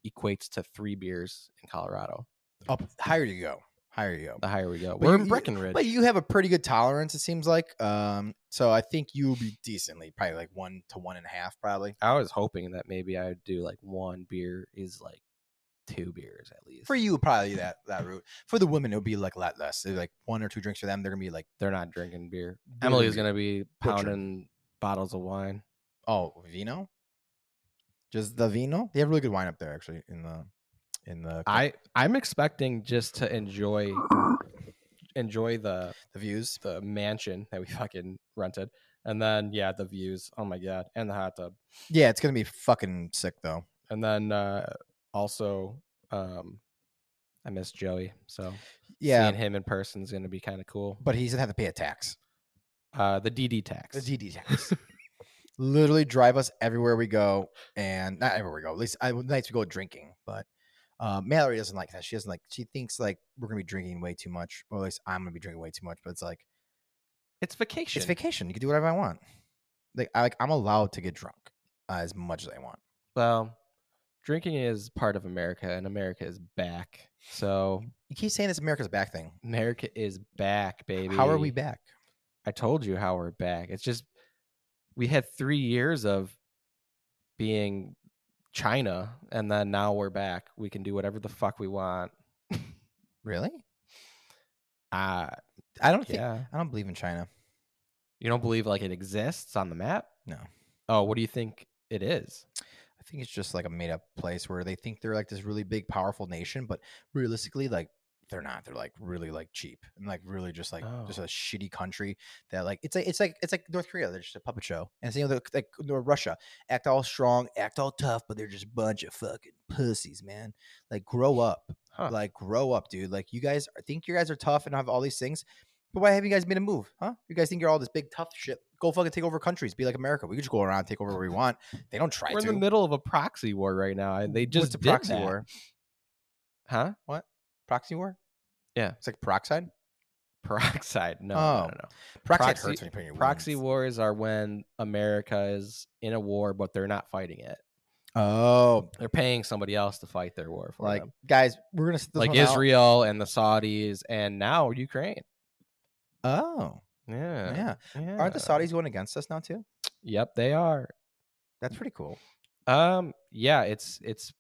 A: equates to three beers in Colorado.
B: up higher you go, higher you go.
A: The higher we go,
B: But
A: we're
B: you-
A: in
B: you-
A: Breckenridge.
B: But you have a pretty good tolerance, it seems like. Um, so I think you'll be decently, probably like one to one and a half, probably.
A: I was hoping that maybe I would do like one beer is like two beers at least.
B: for you probably that that route for the women it'll be like a lot less It'll be, like one or two drinks for them they're gonna be like
A: They're not drinking beer.
B: They're gonna
A: Emily is
B: be
A: going to be
B: butchered.
A: pounding bottles of wine.
B: oh vino just the vino they have really good wine up there actually in the in the co-
A: I I'm expecting just to enjoy enjoy the
B: the views
A: the mansion that we *laughs* fucking rented. And then yeah, the views. Oh my god. And the hot tub.
B: yeah it's gonna be fucking sick though
A: And then uh also um I miss Joey. So
B: yeah
A: seeing him in person is going to be kind of cool.
B: but he's gonna have to pay a tax
A: Uh the DD
B: the
A: tax.
B: dd tax literally drive us everywhere we go and not everywhere we go at least i nights we go drinking but uh, Mallory doesn't like that. She doesn't like. She thinks like we're gonna be drinking way too much, or at least I'm gonna be drinking way too much. But it's like
A: it's vacation.
B: It's vacation. You can do whatever I want. Like I like I'm allowed to get drunk uh, as much as I want.
A: Well, drinking is part of America, and America is back. So
B: You keep saying this America's back thing.
A: America is back, baby.
B: How are we back?
A: I told you how we're back. It's just we had three years of being China, and then now we're back. We can do whatever the fuck we want.
B: Really?
A: Ah,
B: I don't think
A: yeah.
B: I don't believe in China.
A: You don't believe like it exists on the map?
B: No.
A: Oh, what do you think it is?
B: I think it's just like a made up place where they think they're like this really big, powerful nation, but realistically, like they're not. They're like really like cheap and like really just like just a
A: Oh.
B: shitty country that like it's like it's like it's like North Korea. They're just a puppet show. And same with like Nor- Russia, act all strong, act all tough, but they're just a bunch of fucking pussies, man. Like grow up,
A: Huh.
B: like grow up, dude. Like you guys are- think you guys are tough and have all these things. But why haven't you guys made a move, huh? You guys think you're all this big tough shit? Go fucking take over countries. Be like America. We could just go around and take over where we want. They don't try
A: We're in
B: to.
A: the middle of a proxy war right now, and they just
B: What's a
A: did
B: proxy
A: that.
B: war?
A: huh? *laughs*
B: Proxy war?
A: Yeah.
B: It's like peroxide.
A: Peroxide? No,
B: Oh.
A: no, no,
B: Peroxide
A: Proxy-
B: hurts when you put in your
A: no. Proxy
B: wounds.
A: wars are when America is in a war, but they're not fighting it.
B: Oh,
A: They're paying somebody else to fight their war for
B: like
A: them,
B: guys, we're gonna sit this
A: like
B: one out.
A: Israel and the Saudis, and now Ukraine.
B: Oh,
A: Yeah,
B: yeah.
A: yeah.
B: Aren't the Saudis going against us now too?
A: Yep, they are.
B: That's pretty cool.
A: Um, yeah, it's it's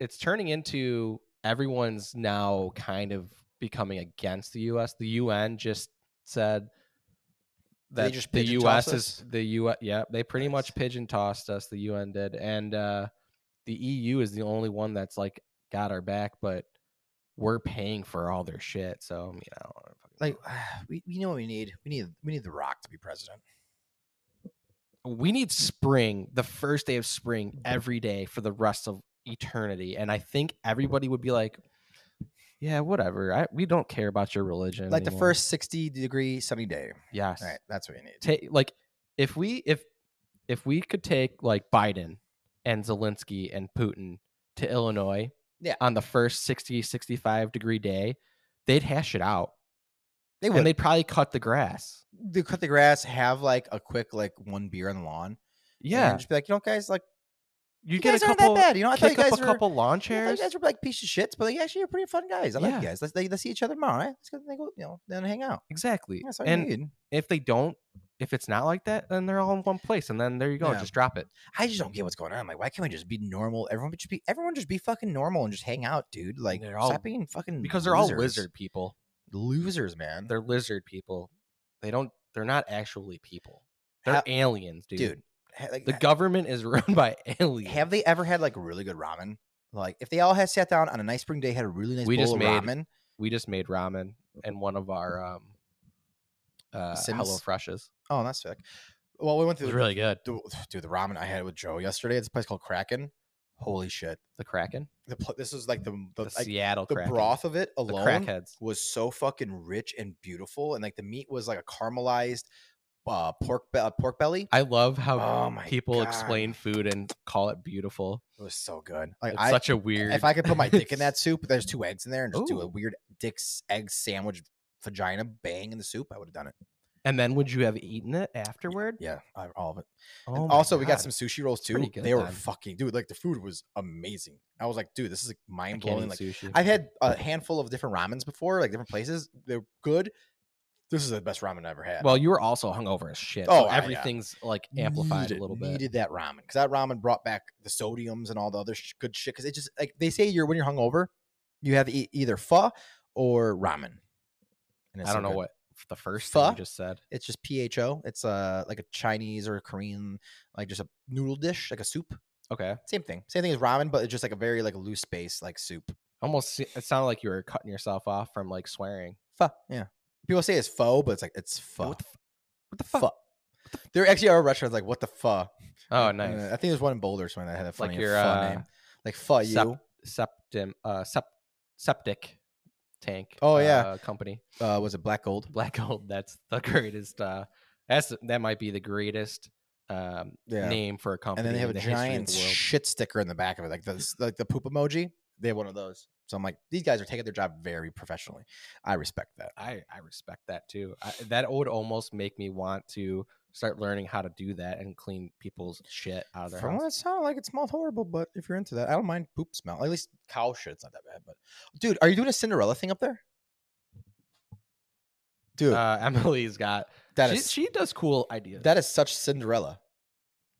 A: it's turning into everyone's now kind of becoming against the U.S. The UN just said
B: They
A: that
B: just
A: the
B: pigeon
A: U.S.
B: toss
A: is
B: us?
A: the U.S. Yeah, they pretty much
B: Nice.
A: pigeon tossed us. The UN did, and uh, the EU is the only one that's like got our back, but we're paying for all their shit. So I mean, I don't fucking
B: Like *sighs* we, we know what we need. We need we need the Rock to be president.
A: we need spring, the first day of spring,
B: Mm-hmm.
A: every day for the rest of eternity. And I think everybody would be like, yeah, whatever. I, we don't care about your religion.
B: Like the
A: anymore."
B: first sixty degree sunny day.
A: yes.
B: All right, that's what you need.
A: Take like if we if if we could take like Biden and Zelensky and Putin to Illinois
B: Yeah.
A: on the first 60 65 degree day, they'd hash it out.
B: They
A: And
B: would.
A: they'd probably cut the grass.
B: They cut the grass, have like a quick like one beer on the lawn. and then
A: Yeah.
B: just be like, you know, guys, like
A: You,
B: you
A: get
B: guys
A: a
B: aren't
A: couple
B: that bad. You know, I thought you
A: kick
B: guys
A: up a
B: were
A: couple lawn
B: Yeah, I thought
A: chairs.
B: You guys were like piece of shits, but like actually you're pretty fun guys. I like
A: Yeah.
B: you guys. Let's, like, let's see each other tomorrow. Right? Let's go, then go, you know, then hang out.
A: Exactly.
B: Yeah, That's all you
A: and
B: need.
A: if they don't, if it's not like that, then they're all in one place, and then there you go,
B: Yeah.
A: just drop it.
B: I just don't get what's going on. Like, why can't we just be normal? Everyone just be everyone just be fucking normal and just hang out, dude. Like,
A: They're all-
B: stop being fucking
A: Because they're all
B: losers.
A: lizard people.
B: losers, man.
A: They're lizard people. They don't. They're not actually people. They're
B: How-
A: aliens, dude.
B: dude. ha- like,
A: The
B: ha-
A: government is *laughs* run by aliens.
B: have they ever had like really good ramen? Like, if they all had sat down on a nice spring day, had a really nice
A: We
B: bowl
A: just
B: of
A: made
B: ramen.
A: we just made ramen in one of our um, uh,
B: Sims?
A: Hello Freshes.
B: Oh, that's sick. Well, we went
A: It
B: through
A: was really good.
B: the, *laughs* dude, the ramen I had with Joe yesterday. It's a place called Kraken. Holy shit!
A: The Kraken,
B: The pl- this is like the
A: the
B: the, like,
A: Seattle
B: the
A: Kraken.
B: broth of it
A: the
B: alone.
A: crackheads.
B: was so fucking rich and beautiful, and like the meat was like a caramelized uh, pork be- uh, pork belly.
A: I love how
B: Oh my
A: people
B: God.
A: explain food and call it beautiful.
B: It was so good. Like
A: It's
B: I,
A: such a weird.
B: if I could put my dick
A: *laughs*
B: in that soup, there's two eggs in there, and just do a
A: Ooh.
B: weird dick's egg sandwich vagina bang in the soup, I would have done it.
A: and then would you have eaten it afterward?
B: Yeah, I, all of it. And
A: Oh my
B: also, we got
A: God.
B: some sushi rolls
A: pretty
B: too.
A: good
B: They were
A: then.
B: fucking dude. Like the food was amazing. I was like, dude, this is like
A: I
B: mind
A: can't
B: blowing.
A: eat
B: Like
A: sushi.
B: I've had a handful of different ramens before, like different places. They're good. This is the best ramen I ever had.
A: Well, you were also hungover as shit.
B: Oh,
A: so
B: I- yeah.
A: everything's like amplified
B: needed,
A: a little bit.
B: Needed that ramen because that ramen brought back the sodiums and all the other sh- good shit. Because it just like they say, you're when you're hungover, you have to eat either pho or ramen. And
A: I
B: so
A: don't know
B: good.
A: what the first thing
B: Pho?
A: you just said.
B: It's just pho. It's uh like a Chinese or a Korean, like just a noodle dish, like a soup.
A: Okay,
B: Same thing. Same thing as ramen, but it's just like a very like loose base like soup.
A: almost. se- It sounded like you were cutting yourself off from like swearing.
B: Pho. Yeah. People say it's pho, but it's like it's pho.
A: What the? F- what the
B: pho?
A: fuck?
B: There actually are restaurants like what the pho.
A: Oh,
B: And, uh, I
A: nice.
B: think there's one in Boulder somewhere that had a
A: Like
B: funny
A: your,
B: pho
A: uh,
B: name. Like pho you.
A: sep- Septim, uh, sep, septic tank.
B: Oh, yeah.
A: uh, company
B: uh, was it black gold?
A: Black Gold. That's the *laughs* greatest. Uh, that's the- that might be the greatest um,
B: Yeah.
A: name for a company.
B: and then they have
A: in the
B: a
A: history of
B: giant
A: the world.
B: shit sticker in the back of it, like the s- like the poop emoji. They have one of those. So I'm like, these guys are taking their job very professionally. I respect that.
A: I, I respect that too. I, that would almost make me want to start learning how to do that and clean people's shit out of their
B: From
A: house.
B: what it sounded like, it smelled horrible. But if you're into that, I don't mind poop smell. At least cow shit's not that bad. But dude, are you doing a Cinderella thing up there? Dude,
A: Uh, *laughs* Emily's got
B: that
A: she,
B: is
A: she does cool ideas.
B: that is such Cinderella.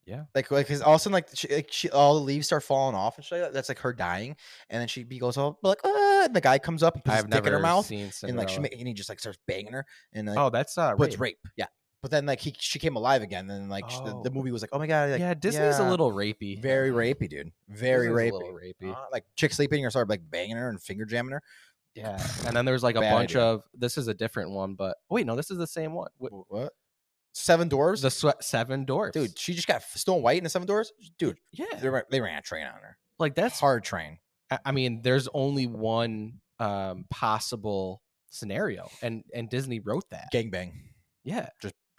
A: Yeah.
B: like because all of a sudden like she, like she all the leaves start falling off and shit. like that. That's like her dying, and then she be goes all like, ah, and the guy comes up and puts his
A: I've
B: dick
A: never
B: in her mouth,
A: seen
B: and
A: Cinderella.
B: like she ma- and he just like starts banging her and like
A: oh, that's uh,
B: but it's
A: rape.
B: rape yeah But then like he she came alive again, and then like sh- the, the
A: Oh.
B: movie was like, oh my god, like,
A: yeah, Disney's a
B: yeah.
A: little rapey. *laughs*
B: very rapey, dude, very
A: Disney's a
B: rapey.
A: little rapey.
B: Uh, like chick sleeping or started like banging her and finger jamming her.
A: Yeah. And then there's like a
B: Bad
A: bunch
B: idea.
A: of this is a different one, but wait, no, this is the same one. Wh-
B: Wh- What? Seven Doors,
A: The swe- seven dwarfs,
B: dude. She just got f- Snow White in the Seven Doors, dude. They,
A: Yeah,
B: ra- they ran a train on her.
A: like
B: That's
A: that's.
B: hard train.
A: I I mean, there's only one um, possible scenario, and and Disney wrote that.
B: Gang bang.
A: Yeah,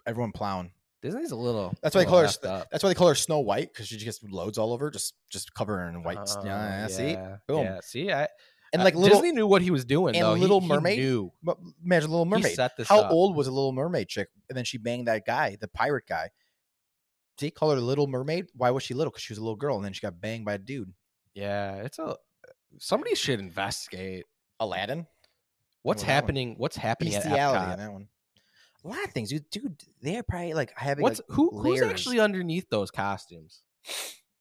B: Everyone plowing.
A: Disney's a little.
B: That's why they
A: little
B: call her
A: effed up.
B: That's why they call her Snow White because she just gets loads all over, just just cover her in white. s-
A: Oh,
B: yeah, yeah, See,
A: yeah,
B: Boom.
A: yeah, see, I,
B: and
A: I-
B: like little
A: Disney knew what he was doing.
B: and
A: though. He-
B: Little
A: he
B: Mermaid?
A: knew.
B: But imagine Little
A: He
B: Mermaid.
A: set this
B: How
A: up.
B: old was a Little Mermaid chick? And then she banged that guy, the pirate guy. Did he call her Little Mermaid? Why was she little? Because she was a little girl, and then she got banged by a dude.
A: Yeah, it's a. Somebody should investigate
B: Aladdin,
A: what's
B: Well, that one-
A: happening. What's happening at
B: bestiality in
A: Epcot.
B: that one. A lot of things, dude. Dude, they're probably like having.
A: What's
B: like-
A: who? Who's
B: layers.
A: actually underneath those costumes?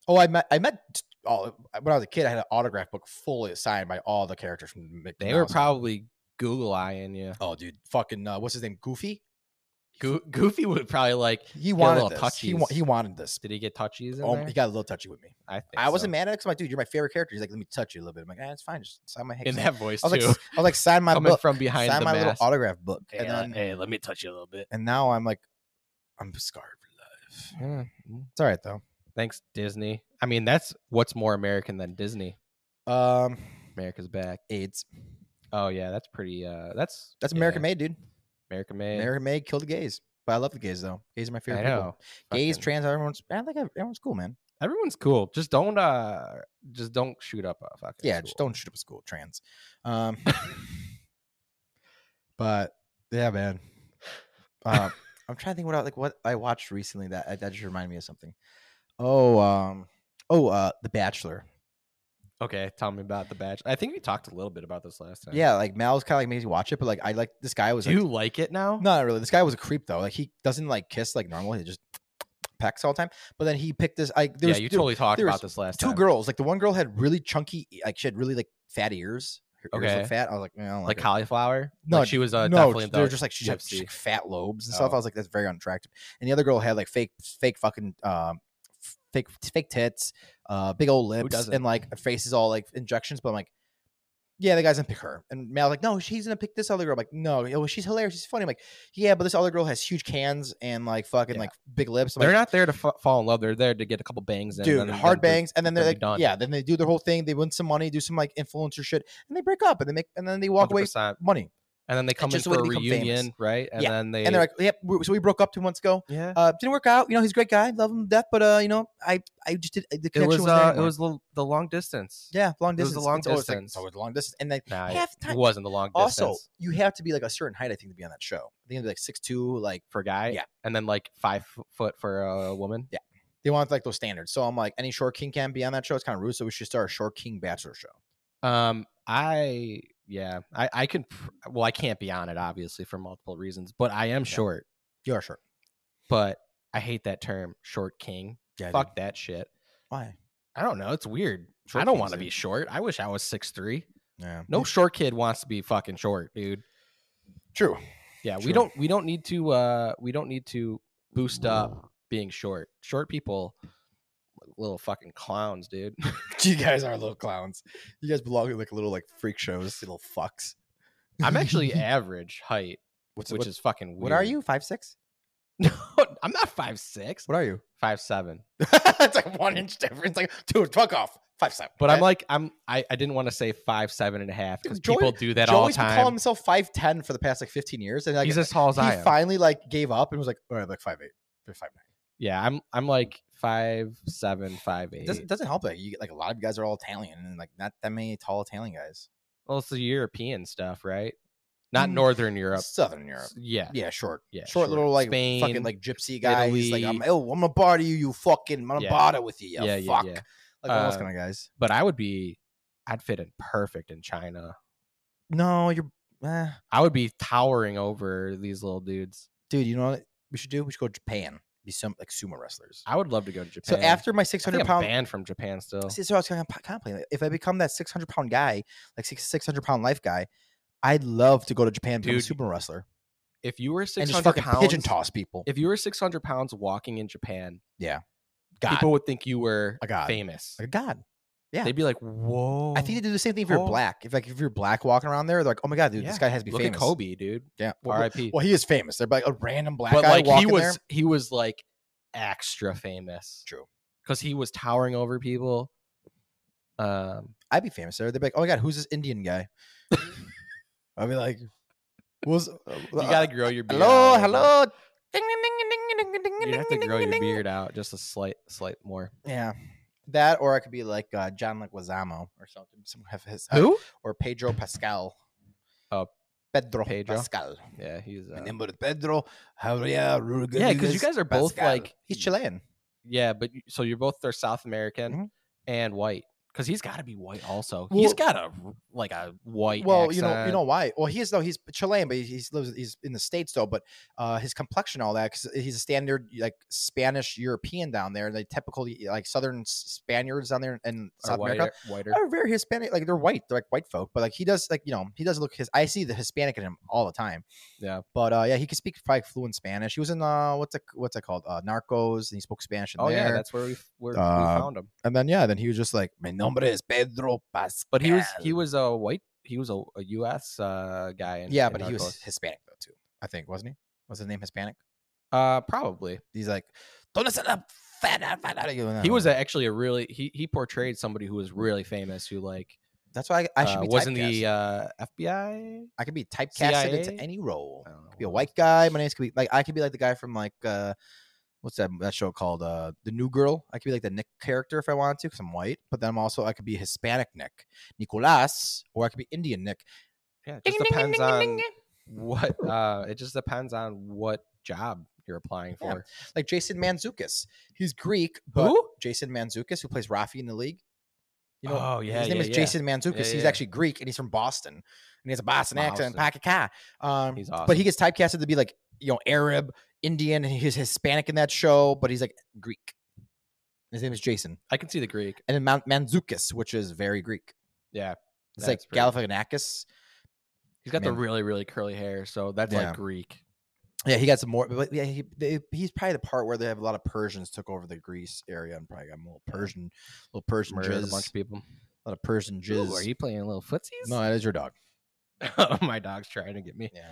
B: oh, I met. I met. Oh, when I was a kid, I had an autograph book fully signed by all the characters from. Mickey
A: They were
B: Mouse.
A: probably Google eyeing you.
B: Oh, dude, fucking uh, what's his name? Goofy.
A: Goo- Goofy would probably like.
B: He wanted
A: little
B: this. He, wa-
A: touchies.
B: he wanted this.
A: Did he get touchies in
B: Oh,
A: there?
B: he got a little touchy with me.
A: I, think
B: I wasn't
A: so.
B: mad at it because I'm like, dude, you're my favorite character. He's like, let me touch you a little bit. I'm like, ah, it's fine. Just
A: *laughs*
B: sign my.
A: in that voice
B: I was like,
A: too.
B: s- I was like, sign my
A: Coming
B: book.
A: from behind
B: sign
A: the
B: my little
A: mask.
B: autograph book.
A: Hey,
B: and
A: let-
B: then,
A: hey, let me touch you a little bit.
B: and now I'm like, I'm scarred for life.
A: Yeah.
B: It's all right though.
A: Thanks, Disney. I mean, that's what's more American than Disney.
B: Um,
A: America's back.
B: AIDS.
A: Oh yeah, that's pretty. Uh, that's
B: That's
A: yeah,
B: American made, dude.
A: American made.
B: American made killed the gays. But I love the gays though. Gays are my favorite
A: I
B: people.
A: know.
B: Gays,
A: Fucking-
B: trans, everyone's. I like everyone's cool, man.
A: everyone's cool. Just don't. Uh, just don't shoot up a fucking.
B: Yeah, just
A: school.
B: don't shoot up a school. Trans. Um, *laughs* but yeah, man. Uh, I'm trying to think what I, like what I watched recently that uh, that just reminded me of something. Oh, um, oh, uh, The Bachelor.
A: Okay, tell me about the batch. I think we talked a little bit about this last time.
B: Yeah, like Mal's kind of like made me watch it, but like I like this guy was
A: Do
B: like,
A: you like it now?
B: no, not really. This guy was a creep though. Like he doesn't like kiss like normal. He just pecks all the time. But then he picked this. I there
A: Yeah,
B: was
A: you
B: there-
A: totally talked
B: there
A: about
B: was
A: this last
B: two
A: time.
B: girls. Like the one girl had really chunky, like she had really like fat ears. Her ears
A: Okay.
B: were fat. I was like, "Eh, I don't
A: like
B: like, her."
A: cauliflower.
B: No,
A: like she was uh,
B: no,
A: definitely in
B: they're
A: the-
B: just like she had
A: UFC.
B: like, fat lobes and stuff.
A: Oh.
B: I was like, that's very unattractive. And the other girl had like fake, fake fucking, um, f- fake, fake tits, uh, big old lips,
A: doesn't?
B: and like her face is all like injections. But I'm like, yeah, the guy's gonna pick her. And Mal's like, no, she's gonna pick this other girl. I'm like, no, oh, she's hilarious, she's funny. I'm like, yeah, but this other girl has huge cans and like fucking
A: Yeah.
B: like big lips. I'm
A: they're
B: like,
A: not there to fa- fall in love. They're there to get a couple bangs in. and
B: dude,
A: then-
B: hard
A: then
B: bangs, and then they're
A: they'll
B: like,
A: be done.
B: yeah, then they do their whole thing. They win some money, do some like influencer shit, and they break up, and they make, and then they walk away with
A: 100%.
B: money.
A: And then they come in
B: just a way
A: for a
B: to become famous.
A: reunion, right? And
B: Yeah,
A: then they
B: And they're like, yep. we- So we broke up two months ago.
A: yeah.
B: uh, didn't work out. You know, he's a great guy, love him to death, but uh, you know, I I just did the
A: it
B: connection
A: was
B: wasn't there
A: uh, it
B: anymore.
A: was the, the long distance.
B: yeah, long
A: it was
B: distance.
A: the long
B: It's always like-
A: distance.
B: it's always long distance, and like
A: Nah,
B: half the
A: it
B: time.
A: wasn't the long distance
B: Also, you have to be like a certain height, I think, to be on that show. I think it'd be like six two. Like
A: for a guy.
B: yeah.
A: And then like five f- foot for a woman.
B: they want like those standards. So I'm like, any short king can be on that show. It's kind of rude. So we should start a short king bachelor show.
A: Um, I yeah, I I can pr- well I can't be on it obviously for multiple reasons, but I am short.
B: You are short.
A: But I hate that term short king.
B: Yeah,
A: Fuck that shit.
B: Why?
A: I don't know. It's weird. I
B: Short
A: don't
B: king's
A: want to
B: it.
A: be short. I wish I was six three.
B: Yeah.
A: No short kid wants to be fucking short, dude.
B: True. *laughs*
A: Yeah, we
B: True.
A: don't we don't need to uh we don't need to boost up being short. Short people look little fucking clowns, dude. *laughs*
B: You guys are little clowns. You guys belong in like little like freak shows, little fucks.
A: I'm
B: *laughs*
A: actually average height,
B: What's,
A: which
B: what,
A: is fucking weird.
B: what are you? Five six?
A: *laughs* No, I'm not five six.
B: What are you?
A: Five seven.
B: *laughs* it's like one inch difference. Like, dude, fuck off. Five seven.
A: But I'm like I'm I, I didn't want to say five seven and a half because
B: Dude, Joey-
A: people do that all the
B: Joey's been calling
A: time.
B: himself five ten for the past like fifteen years, and like
A: He's as tall as
B: he
A: I am.
B: finally like gave up and was like, all right, like five eight, or five nine.
A: yeah, I'm I'm like five seven, five
B: It
A: eight.
B: doesn't doesn't help that you get like a lot of you guys are all Italian and like not that many tall Italian guys.
A: Well, it's the European stuff, right? Not
B: Mm,
A: Northern Europe.
B: Southern Europe.
A: S- Yeah.
B: Yeah, short.
A: Yeah,
B: short,
A: short.
B: little like
A: Spain,
B: fucking like gypsy guy. He's like, I'm,
A: Italy.
B: oh, I'm gonna bother you, you fucking, I'm gonna
A: Yeah.
B: bother with you, you
A: Yeah, yeah,
B: fuck.
A: yeah.
B: Like all those
A: Uh,
B: kind of guys.
A: But I would be I'd fit in perfect in China.
B: No, you're, eh.
A: I would be towering over these little dudes.
B: dude. You know what we should do? We should go to Japan. Be some like sumo wrestlers.
A: I would love to go to
B: So
A: Japan.
B: after my
A: I
B: 600
A: think
B: hundred
A: I'm
B: pound
A: banned from Japan still.
B: See, so I was kind of contemplating. If I become that 600 pound guy, like six 600 pound life guy, I'd love to go to Japan and become
A: Dude,
B: a sumo wrestler.
A: if you were
B: and
A: six
B: just
A: hundred
B: fucking pigeon
A: pounds,
B: toss people.
A: if you were six hundred pounds walking in Japan,
B: God,
A: people would think you were
B: a god,
A: famous.
B: Like a god. yeah.
A: They'd be like, "Whoa!"
B: I think they do the same thing if you're
A: Oh.
B: black. If like if you're black walking around there, they're like, oh my god, dude, this
A: Yeah.
B: guy has to be
A: look
B: famous.
A: at Kobe, dude.
B: Yeah. Well, well,
A: R.I.P.
B: well, he is famous. They're like a random black
A: but
B: guy
A: like he
B: walking
A: was,
B: there.
A: he was like extra famous.
B: True.
A: because he was towering over people. Um,
B: I'd be famous there. They'd be like, oh my god, who's this
A: *laughs*
B: Indian guy? I'd be like, was
A: you gotta grow your beard. out
B: uh, hello,
A: a little bit.
B: hello. Ding, ding, ding, ding, ding, ding, ding,
A: You have to
B: ding,
A: grow
B: ding,
A: your
B: ding.
A: beard out just a slight, slight more.
B: Yeah, that or I could be like uh, John Leguizamo or something. Some of his uh, or Pedro Pascal.
A: Oh,
B: Pedro
A: Pedro.
B: Pascal.
A: Yeah, he's.
B: My
A: Uh,
B: name is Pedro Javier
A: yeah, because you
B: Rodriguez
A: guys are both
B: Pascal.
A: like
B: he's Chilean.
A: Yeah, but you- so you're both are South American
B: Mhm.
A: and white because he's got to be white also.
B: Well-
A: he's got a r- like a white.
B: well you know you
A: accent.
B: know why well he is though he's chilean but he lives he's in the states though but uh his complexion all that because he's a standard like spanish european down there and they typically like southern S- spaniards down there in
A: Or
B: south
A: whiter,
B: america
A: whiter.
B: are very hispanic like they're white they're like white folk but like he does like you know he does look his i see the hispanic in him all the time
A: Yeah.
B: but uh yeah he could speak probably fluent spanish he was in uh what's it what's it called uh narcos and he spoke spanish in
A: Oh
B: there
A: yeah, that's where we f- where
B: Uh,
A: we found him.
B: and then yeah then he was just like my nombre is pedro pascal
A: But he was he was a white. He was a, a U.S. Uh, guy. In,
B: yeah
A: in
B: but he was
A: Narcos.
B: hispanic though too i think wasn't he was his name hispanic
A: uh, probably.
B: He's like, don't listen up. Fat, fat, fat.
A: He was
B: Oh.
A: a, actually a really he he portrayed somebody who was really famous who like
B: That's why I, I should
A: uh,
B: be
A: was in
B: typecast.
A: the uh, FBI.
B: I could be typecasted into
A: CIA?
B: any role.
A: I don't know.
B: Could be a
A: what
B: white guy. My name's could be like I could be like the guy from like uh, what's that that show called? Uh, the New Girl. I could be like the Nick character if I wanted to because I'm white. But then I'm also I could be Hispanic Nick, Nicolas, or I could be Indian Nick.
A: Yeah, it just
B: Ding, ding, ding,
A: depends
B: ding, ding,
A: on
B: *laughs*
A: what. Uh, it just depends on what job you're applying
B: Yeah,
A: for.
B: Like Jason Manzukis. He's Greek, but
A: Who?
B: Jason Manzukis, who plays Rafi in the league. You know,
A: oh yeah,
B: his name
A: yeah,
B: is
A: yeah.
B: Jason Manzukis.
A: Yeah,
B: He's
A: yeah.
B: actually Greek and he's from Boston. And he has a Boston accent and
A: Boston.
B: pocket car. Um,
A: He's
B: But
A: awesome.
B: he gets typecasted to be like, you know, Arab, Indian, and he's Hispanic in that show, but he's like Greek. His name is Jason.
A: I can see the Greek.
B: And then Man- Manzukis, which is very Greek.
A: Yeah,
B: It's
A: That's
B: like
A: pretty-
B: Galifianakis.
A: he's got the
B: Man.
A: really really curly hair, so that's
B: Yeah.
A: like Greek.
B: Yeah, he got some more. But yeah, he, they, he's probably the part where they have a lot of Persians took over the Greece area and probably got a little Persian, little Persian
A: Murdered
B: jizz,
A: a bunch of people.
B: a lot of Persian
A: Ooh,
B: jizz.
A: are you playing little footsies? *laughs* Oh,
B: no, that is your dog.
A: my dog's trying to get me.
B: Yeah.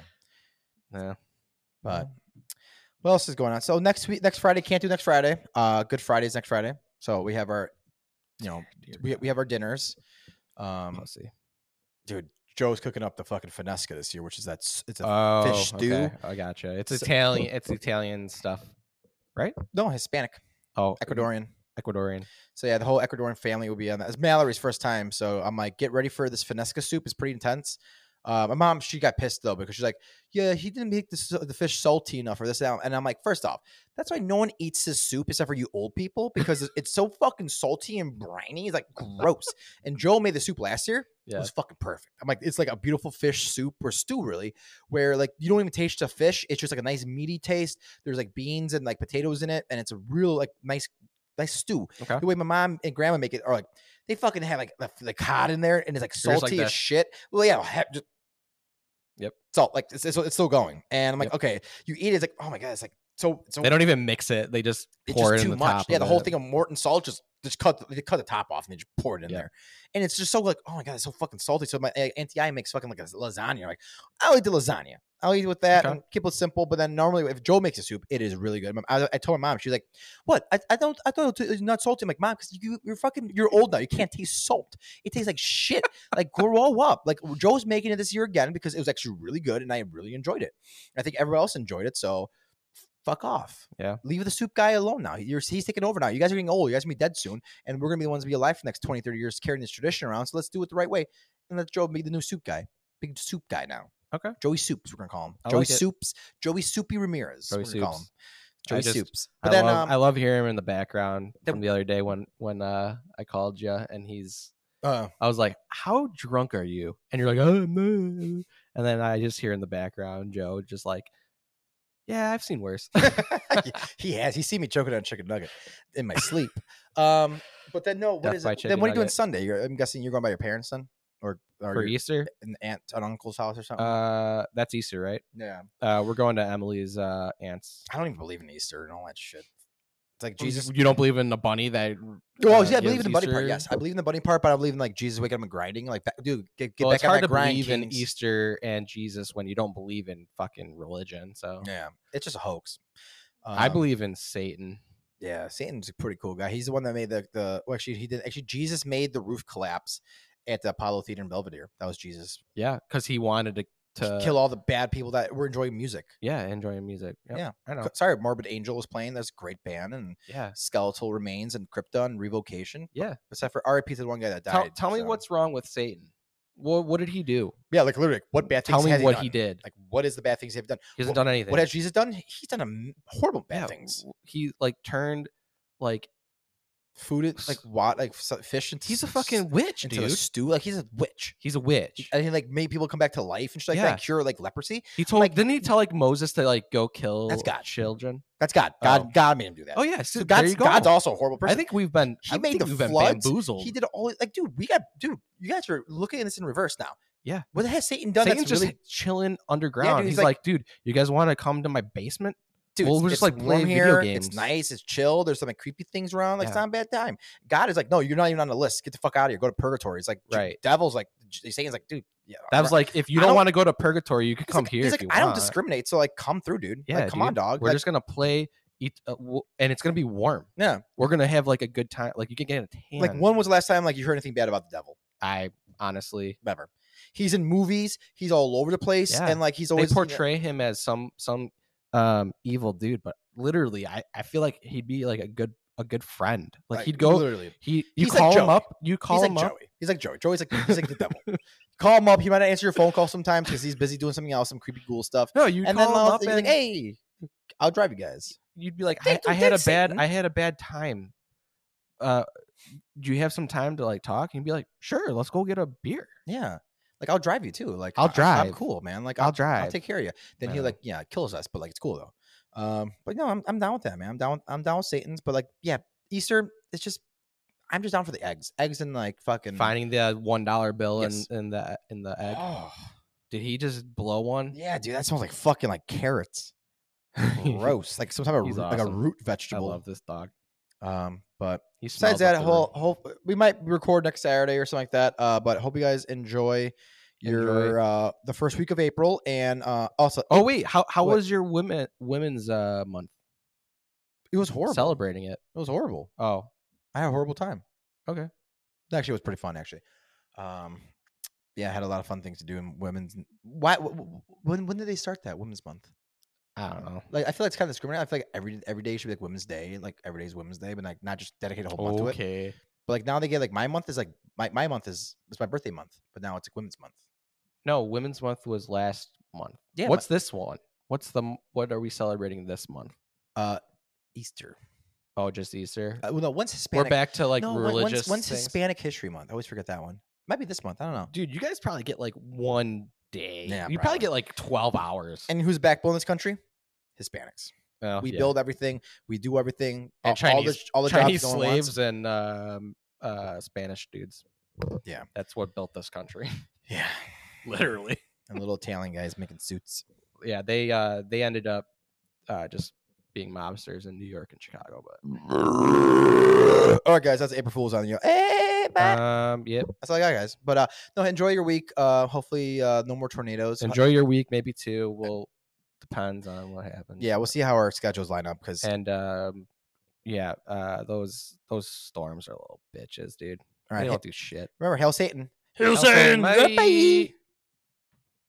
A: Yeah.
B: But what else is going on? So next week, next Friday, can't do next Friday. Uh, Good Friday's next Friday. So we have our, you know,
A: Dear
B: we,
A: God,
B: we have our dinners. Um,
A: pussy.
B: dude, Joe's cooking up the fucking finesca this year, which is that s- it's a
A: Oh,
B: fish stew.
A: okay, I gotcha. It's
B: So-
A: Italian. It's Italian stuff.
B: no Hispanic
A: Oh,
B: Ecuadorian.
A: Ecuadorian.
B: So yeah, the whole Ecuadorian family will be on that. It's Mallory's first time, so I'm like, get ready for this finesca soup. It's pretty intense. Uh, my mom, she got pissed though because she's like, "Yeah, he didn't make the, s- the fish salty enough or this." And that." And I'm like, first off, that's why no one eats this soup except for you old people because it's- it's so fucking salty and briny. It's like gross. and Joel made the soup last year. It
A: Yeah.
B: was fucking perfect. I'm like, it's like a beautiful fish soup or stew, really, where like you don't even taste the fish. It's just like a nice meaty taste. There's like beans and like potatoes in it, and it's a real like nice, nice stew.
A: Okay.
B: The way my mom and grandma make it are like they fucking have like the, the cod in there, and it's like
A: They're just like
B: salty as
A: that.
B: shit. Well, yeah, heck, just,
A: Yep.
B: salt. Like it's, it's, it's still going, and I'm like,
A: Yep.
B: okay, you eat it, it's like, oh my god, it's like so so
A: They don't even mix it. They just
B: it's
A: pour
B: just
A: it in
B: too
A: the
B: much.
A: top.
B: Yeah,
A: of
B: the whole
A: it.
B: thing of Morton salt just just cut the- they cut the top off and they just pour it in
A: Yeah.
B: there, and it's just so like oh my god, it's so fucking salty. So my a- auntie I makes fucking like a lasagna. like I'll eat the lasagna. I'll eat with that
A: Okay.
B: and keep it simple. But then normally if Joe makes a soup, it is really good. I, I told my mom she's like, "What? I, I don't I thought it was not salty." I'm like, "Mom, because you you're fucking you're old now. You can't taste salt. It tastes like shit. like grow up." Like Joe's making it this year again because it was actually really good and I really enjoyed it. I think everyone else enjoyed it. So fuck off.
A: Yeah.
B: Leave the soup guy alone now. You're, he's taking over now. You guys are getting old. You guys gonna be dead soon. And we're going to be the ones to be alive for the next 20, 30 years carrying this tradition around. So let's do it the right way. And let Joe be the new soup guy. Big soup guy now.
A: Okay.
B: Joey Soups, we're going to call him.
A: I
B: Joey
A: like it.
B: Soups. Joey Soupy Ramirez.
A: Joey
B: we're gonna call him.
A: Soups. I
B: Joey
A: just-
B: Soups.
A: I
B: But then,
A: love,
B: um,
A: I love hearing him in the background
B: the-
A: from the other day when when uh, I called you and he's *laughs*
B: uh, *laughs*
A: I was like, "How drunk are you?" And you're like, "Oh no," and then I just hear in the background Joe just like, "Yeah, I've seen *laughs* worse."
B: he has. He's seen me choking on a chicken nugget in my sleep. Um, but then no, what
A: Death
B: is
A: by
B: it? Then what are you
A: chicken
B: doing
A: nugget.
B: Sunday? You're, I'm guessing you're going by your parents then, or or
A: for
B: your-
A: Easter.
B: an aunt an uncle's house or something.
A: Uh, that's Easter, right?
B: yeah,
A: Uh, we're going to Emily's uh aunt's.
B: I don't even believe in Easter and all that shit. It's like Jesus.
A: Jesus, Oh, you don't believe in the bunny that?
B: Oh
A: uh,
B: yeah, I believe in
A: gives
B: the bunny part.
A: Easter?
B: Yes, I believe in the bunny part, but I believe in like Jesus waking up and grinding. Like, that, dude, get, get
A: well,
B: back
A: it's
B: on
A: hard
B: that
A: to
B: grind,
A: believe in
B: Kings.
A: Easter and Jesus when you don't believe in fucking religion. So
B: Yeah, it's just a hoax.
A: I
B: Um,
A: believe in Satan.
B: Yeah, Satan's a pretty cool guy. He's the one that made the the. Well, actually, he did. Actually, Jesus made the roof collapse at the Apollo Theater in Belvedere. That was Jesus.
A: Yeah, because he wanted to
B: To
A: to
B: kill all the bad people that were enjoying music.
A: Yeah, enjoying music. Yep,
B: Yeah.
A: I know.
B: C- Sorry, Morbid Angel was playing. That's a great band and
A: Yeah,
B: Skeletal Remains and Crypta and Revocation.
A: yeah.
B: Except for RIP to the one guy that died.
A: Tell, tell me
B: so-
A: what's wrong with Satan. What what did he do?
B: yeah, like literally, like, what bad things?
A: Tell me
B: has
A: what
B: he,
A: he
B: done?
A: did.
B: Like, what is the bad things he have done?
A: He hasn't
B: Wha-
A: done anything.
B: What has Jesus done? He's done a m- horrible bad
A: Yeah,
B: things.
A: w- He like turned like
B: Food, it- like what, like s- fish and
A: he's a
B: s-
A: fucking witch,
B: into a
A: dude.
B: stew. Like he's a witch.
A: He's a witch.
B: and he like made people come back to life and shit like
A: Yeah.
B: that, cure like leprosy.
A: He told
B: like-
A: didn't he tell like Moses to like go kill
B: God.
A: children?
B: That's God.
A: Oh.
B: God. God made him do that.
A: Oh yeah, so
B: so
A: there
B: God's,
A: you go.
B: God's also a horrible person.
A: I think we've been
B: He
A: I
B: made
A: think
B: the
A: we've been
B: floods.
A: bamboozled.
B: he did all like, dude. We got, dude. You guys are looking at this in reverse now.
A: Yeah.
B: What has Satan done?
A: Satan's
B: that's
A: just
B: really,
A: chilling underground.
B: dude,
A: he's
B: he's
A: like,
B: like-
A: dude, you guys want to come to my basement?
B: dude.
A: well,
B: it's-
A: we're just,
B: it's
A: like,
B: warm
A: playing
B: here.
A: video games.
B: It's nice. It's chill. There's some like, creepy things around. Like, it's
A: Yeah.
B: not a bad time. God is like, no, you're not even on the list. Get the fuck out of here. Go to purgatory. It's like, j-
A: Right.
B: Devil's like, j- Satan's like, dude. Yeah,
A: That was
B: right.
A: like, if you
B: I
A: don't,
B: don't-
A: want to go to purgatory, you can
B: He's
A: come
B: like-
A: here.
B: He's
A: if
B: like,
A: you
B: I don't
A: want."
B: discriminate. So like, come through, dude.
A: Yeah,
B: Like, come on,
A: dude.
B: dog.
A: We're
B: Like,
A: just gonna play. Eat, uh, w- and it's gonna be warm.
B: yeah.
A: We're gonna have like a good time. Like you can get a tan.
B: Like, when was the last time like you heard anything bad about the devil?
A: I honestly,
B: Never. He's in movies. He's all over the place,
A: Yeah.
B: and like he's
A: they
B: always you know-
A: portray him as some some um evil dude, but literally, I I feel like he'd be like a good a good friend. Like he'd go.
B: literally.
A: He you
B: He's like
A: call him
B: Joey.
A: up. You call
B: he's
A: him
B: like
A: up.
B: Joey. He's like Joey. Joey's like he's like the
A: *laughs*
B: devil. Call him up. He might not answer your phone call sometimes because he's busy doing something else, some creepy ghoul stuff.
A: No, you
B: and
A: call
B: then
A: him
B: I'll-
A: up
B: he's
A: and
B: like, hey, I'll drive you guys.
A: you'd be like, I,
B: Thank you,
A: I had a
B: thanks,
A: bad,
B: Satan."
A: I had a bad time. Uh, do you have some time to like talk? And he'd be like, sure, let's go get a beer.
B: Yeah. Like I'll drive you too. Like
A: I'll
B: I- I'm-
A: drive.
B: I'm cool, man. Like
A: I'll
B: I'll,
A: drive.
B: I'll take care of you. Then he
A: Yeah.
B: like yeah kills us, but like it's cool though. Um, but no, I'm I'm down with that, man. I'm down. I'm down with Satan's, but like yeah, Easter. It's just I'm just down for the eggs, eggs and like fucking
A: Finding the uh, one dollar bill
B: Yes.
A: in, in the uh, in the
B: *gasps*
A: egg.
B: Oh,
A: Did he just blow one?
B: yeah, dude, that smells like fucking
A: *laughs*
B: like carrots. Gross, like some type of
A: He's
B: root, like a
A: awesome.
B: root
A: I
B: vegetable.
A: love this dog.
B: Um, but
A: He
B: besides
A: smells up
B: that,
A: the
B: whole,
A: room.
B: whole we might record next Saturday or something like that. Uh, but hope you guys enjoy your
A: Enjoy.
B: uh the first week of April and uh also
A: Oh wait, how how
B: What?
A: was your women women's uh month
B: it was horrible.
A: celebrating it?
B: It was horrible.
A: Oh,
B: I had a horrible time.
A: Okay.
B: Actually, it was pretty fun. Actually, um, yeah, I had a lot of fun things to do in women's. Why? wh- wh- When when did they start that Women's Month?
A: I don't know.
B: Like, I feel like it's kind of discriminating. I feel like every every day should be like Women's Day, like every day is Women's Day, but like not just dedicate a whole month to it.
A: Okay,
B: But like now they get like my month is like my, my month is it's my birthday month, but now it's like Women's Month.
A: no, women's month was last month.
B: Yeah.
A: What's this one? What's the m- what are we celebrating this month?
B: uh Easter?
A: Oh, just Easter.
B: Uh, well, no, when's
A: We're
B: Hispanic?
A: back to like
B: no, when- when's-
A: religious.
B: When's,
A: things.
B: Hispanic History Month? I always forget that one. Might be this month. I don't know.
A: Dude, you guys probably get like one day.
B: Yeah,
A: you probably
B: probably.
A: get like twelve hours.
B: And who's the backbone in this country? Hispanics.
A: Oh,
B: we
A: yeah.
B: build everything. We do everything.
A: and
B: all- all
A: Chinese,
B: the all the
A: Chinese
B: jobs no one wants.
A: slaves and um, uh, Spanish dudes.
B: Yeah.
A: that's what built this country. *laughs*
B: Yeah,
A: Literally.
B: and little Italian guys making suits. *clears throat*
A: yeah, they uh they ended up uh just being mobsters in New York and Chicago, but
B: All right, guys, that's April Fool's on you. Hey, bye.
A: um yep.
B: that's all I got, guys. But uh, no, enjoy your week. Uh, hopefully, uh, no more tornadoes. Ho-
A: Enjoy your week, maybe two. Will depends on what happens.
B: Yeah, we'll see how our schedules line up because.
A: And um yeah, uh those those storms are little bitches, dude.
B: All
A: They
B: right,
A: don't
B: hey-
A: do shit.
B: remember, hail Satan.
A: Hillsong,
B: Goodbye.
A: bye.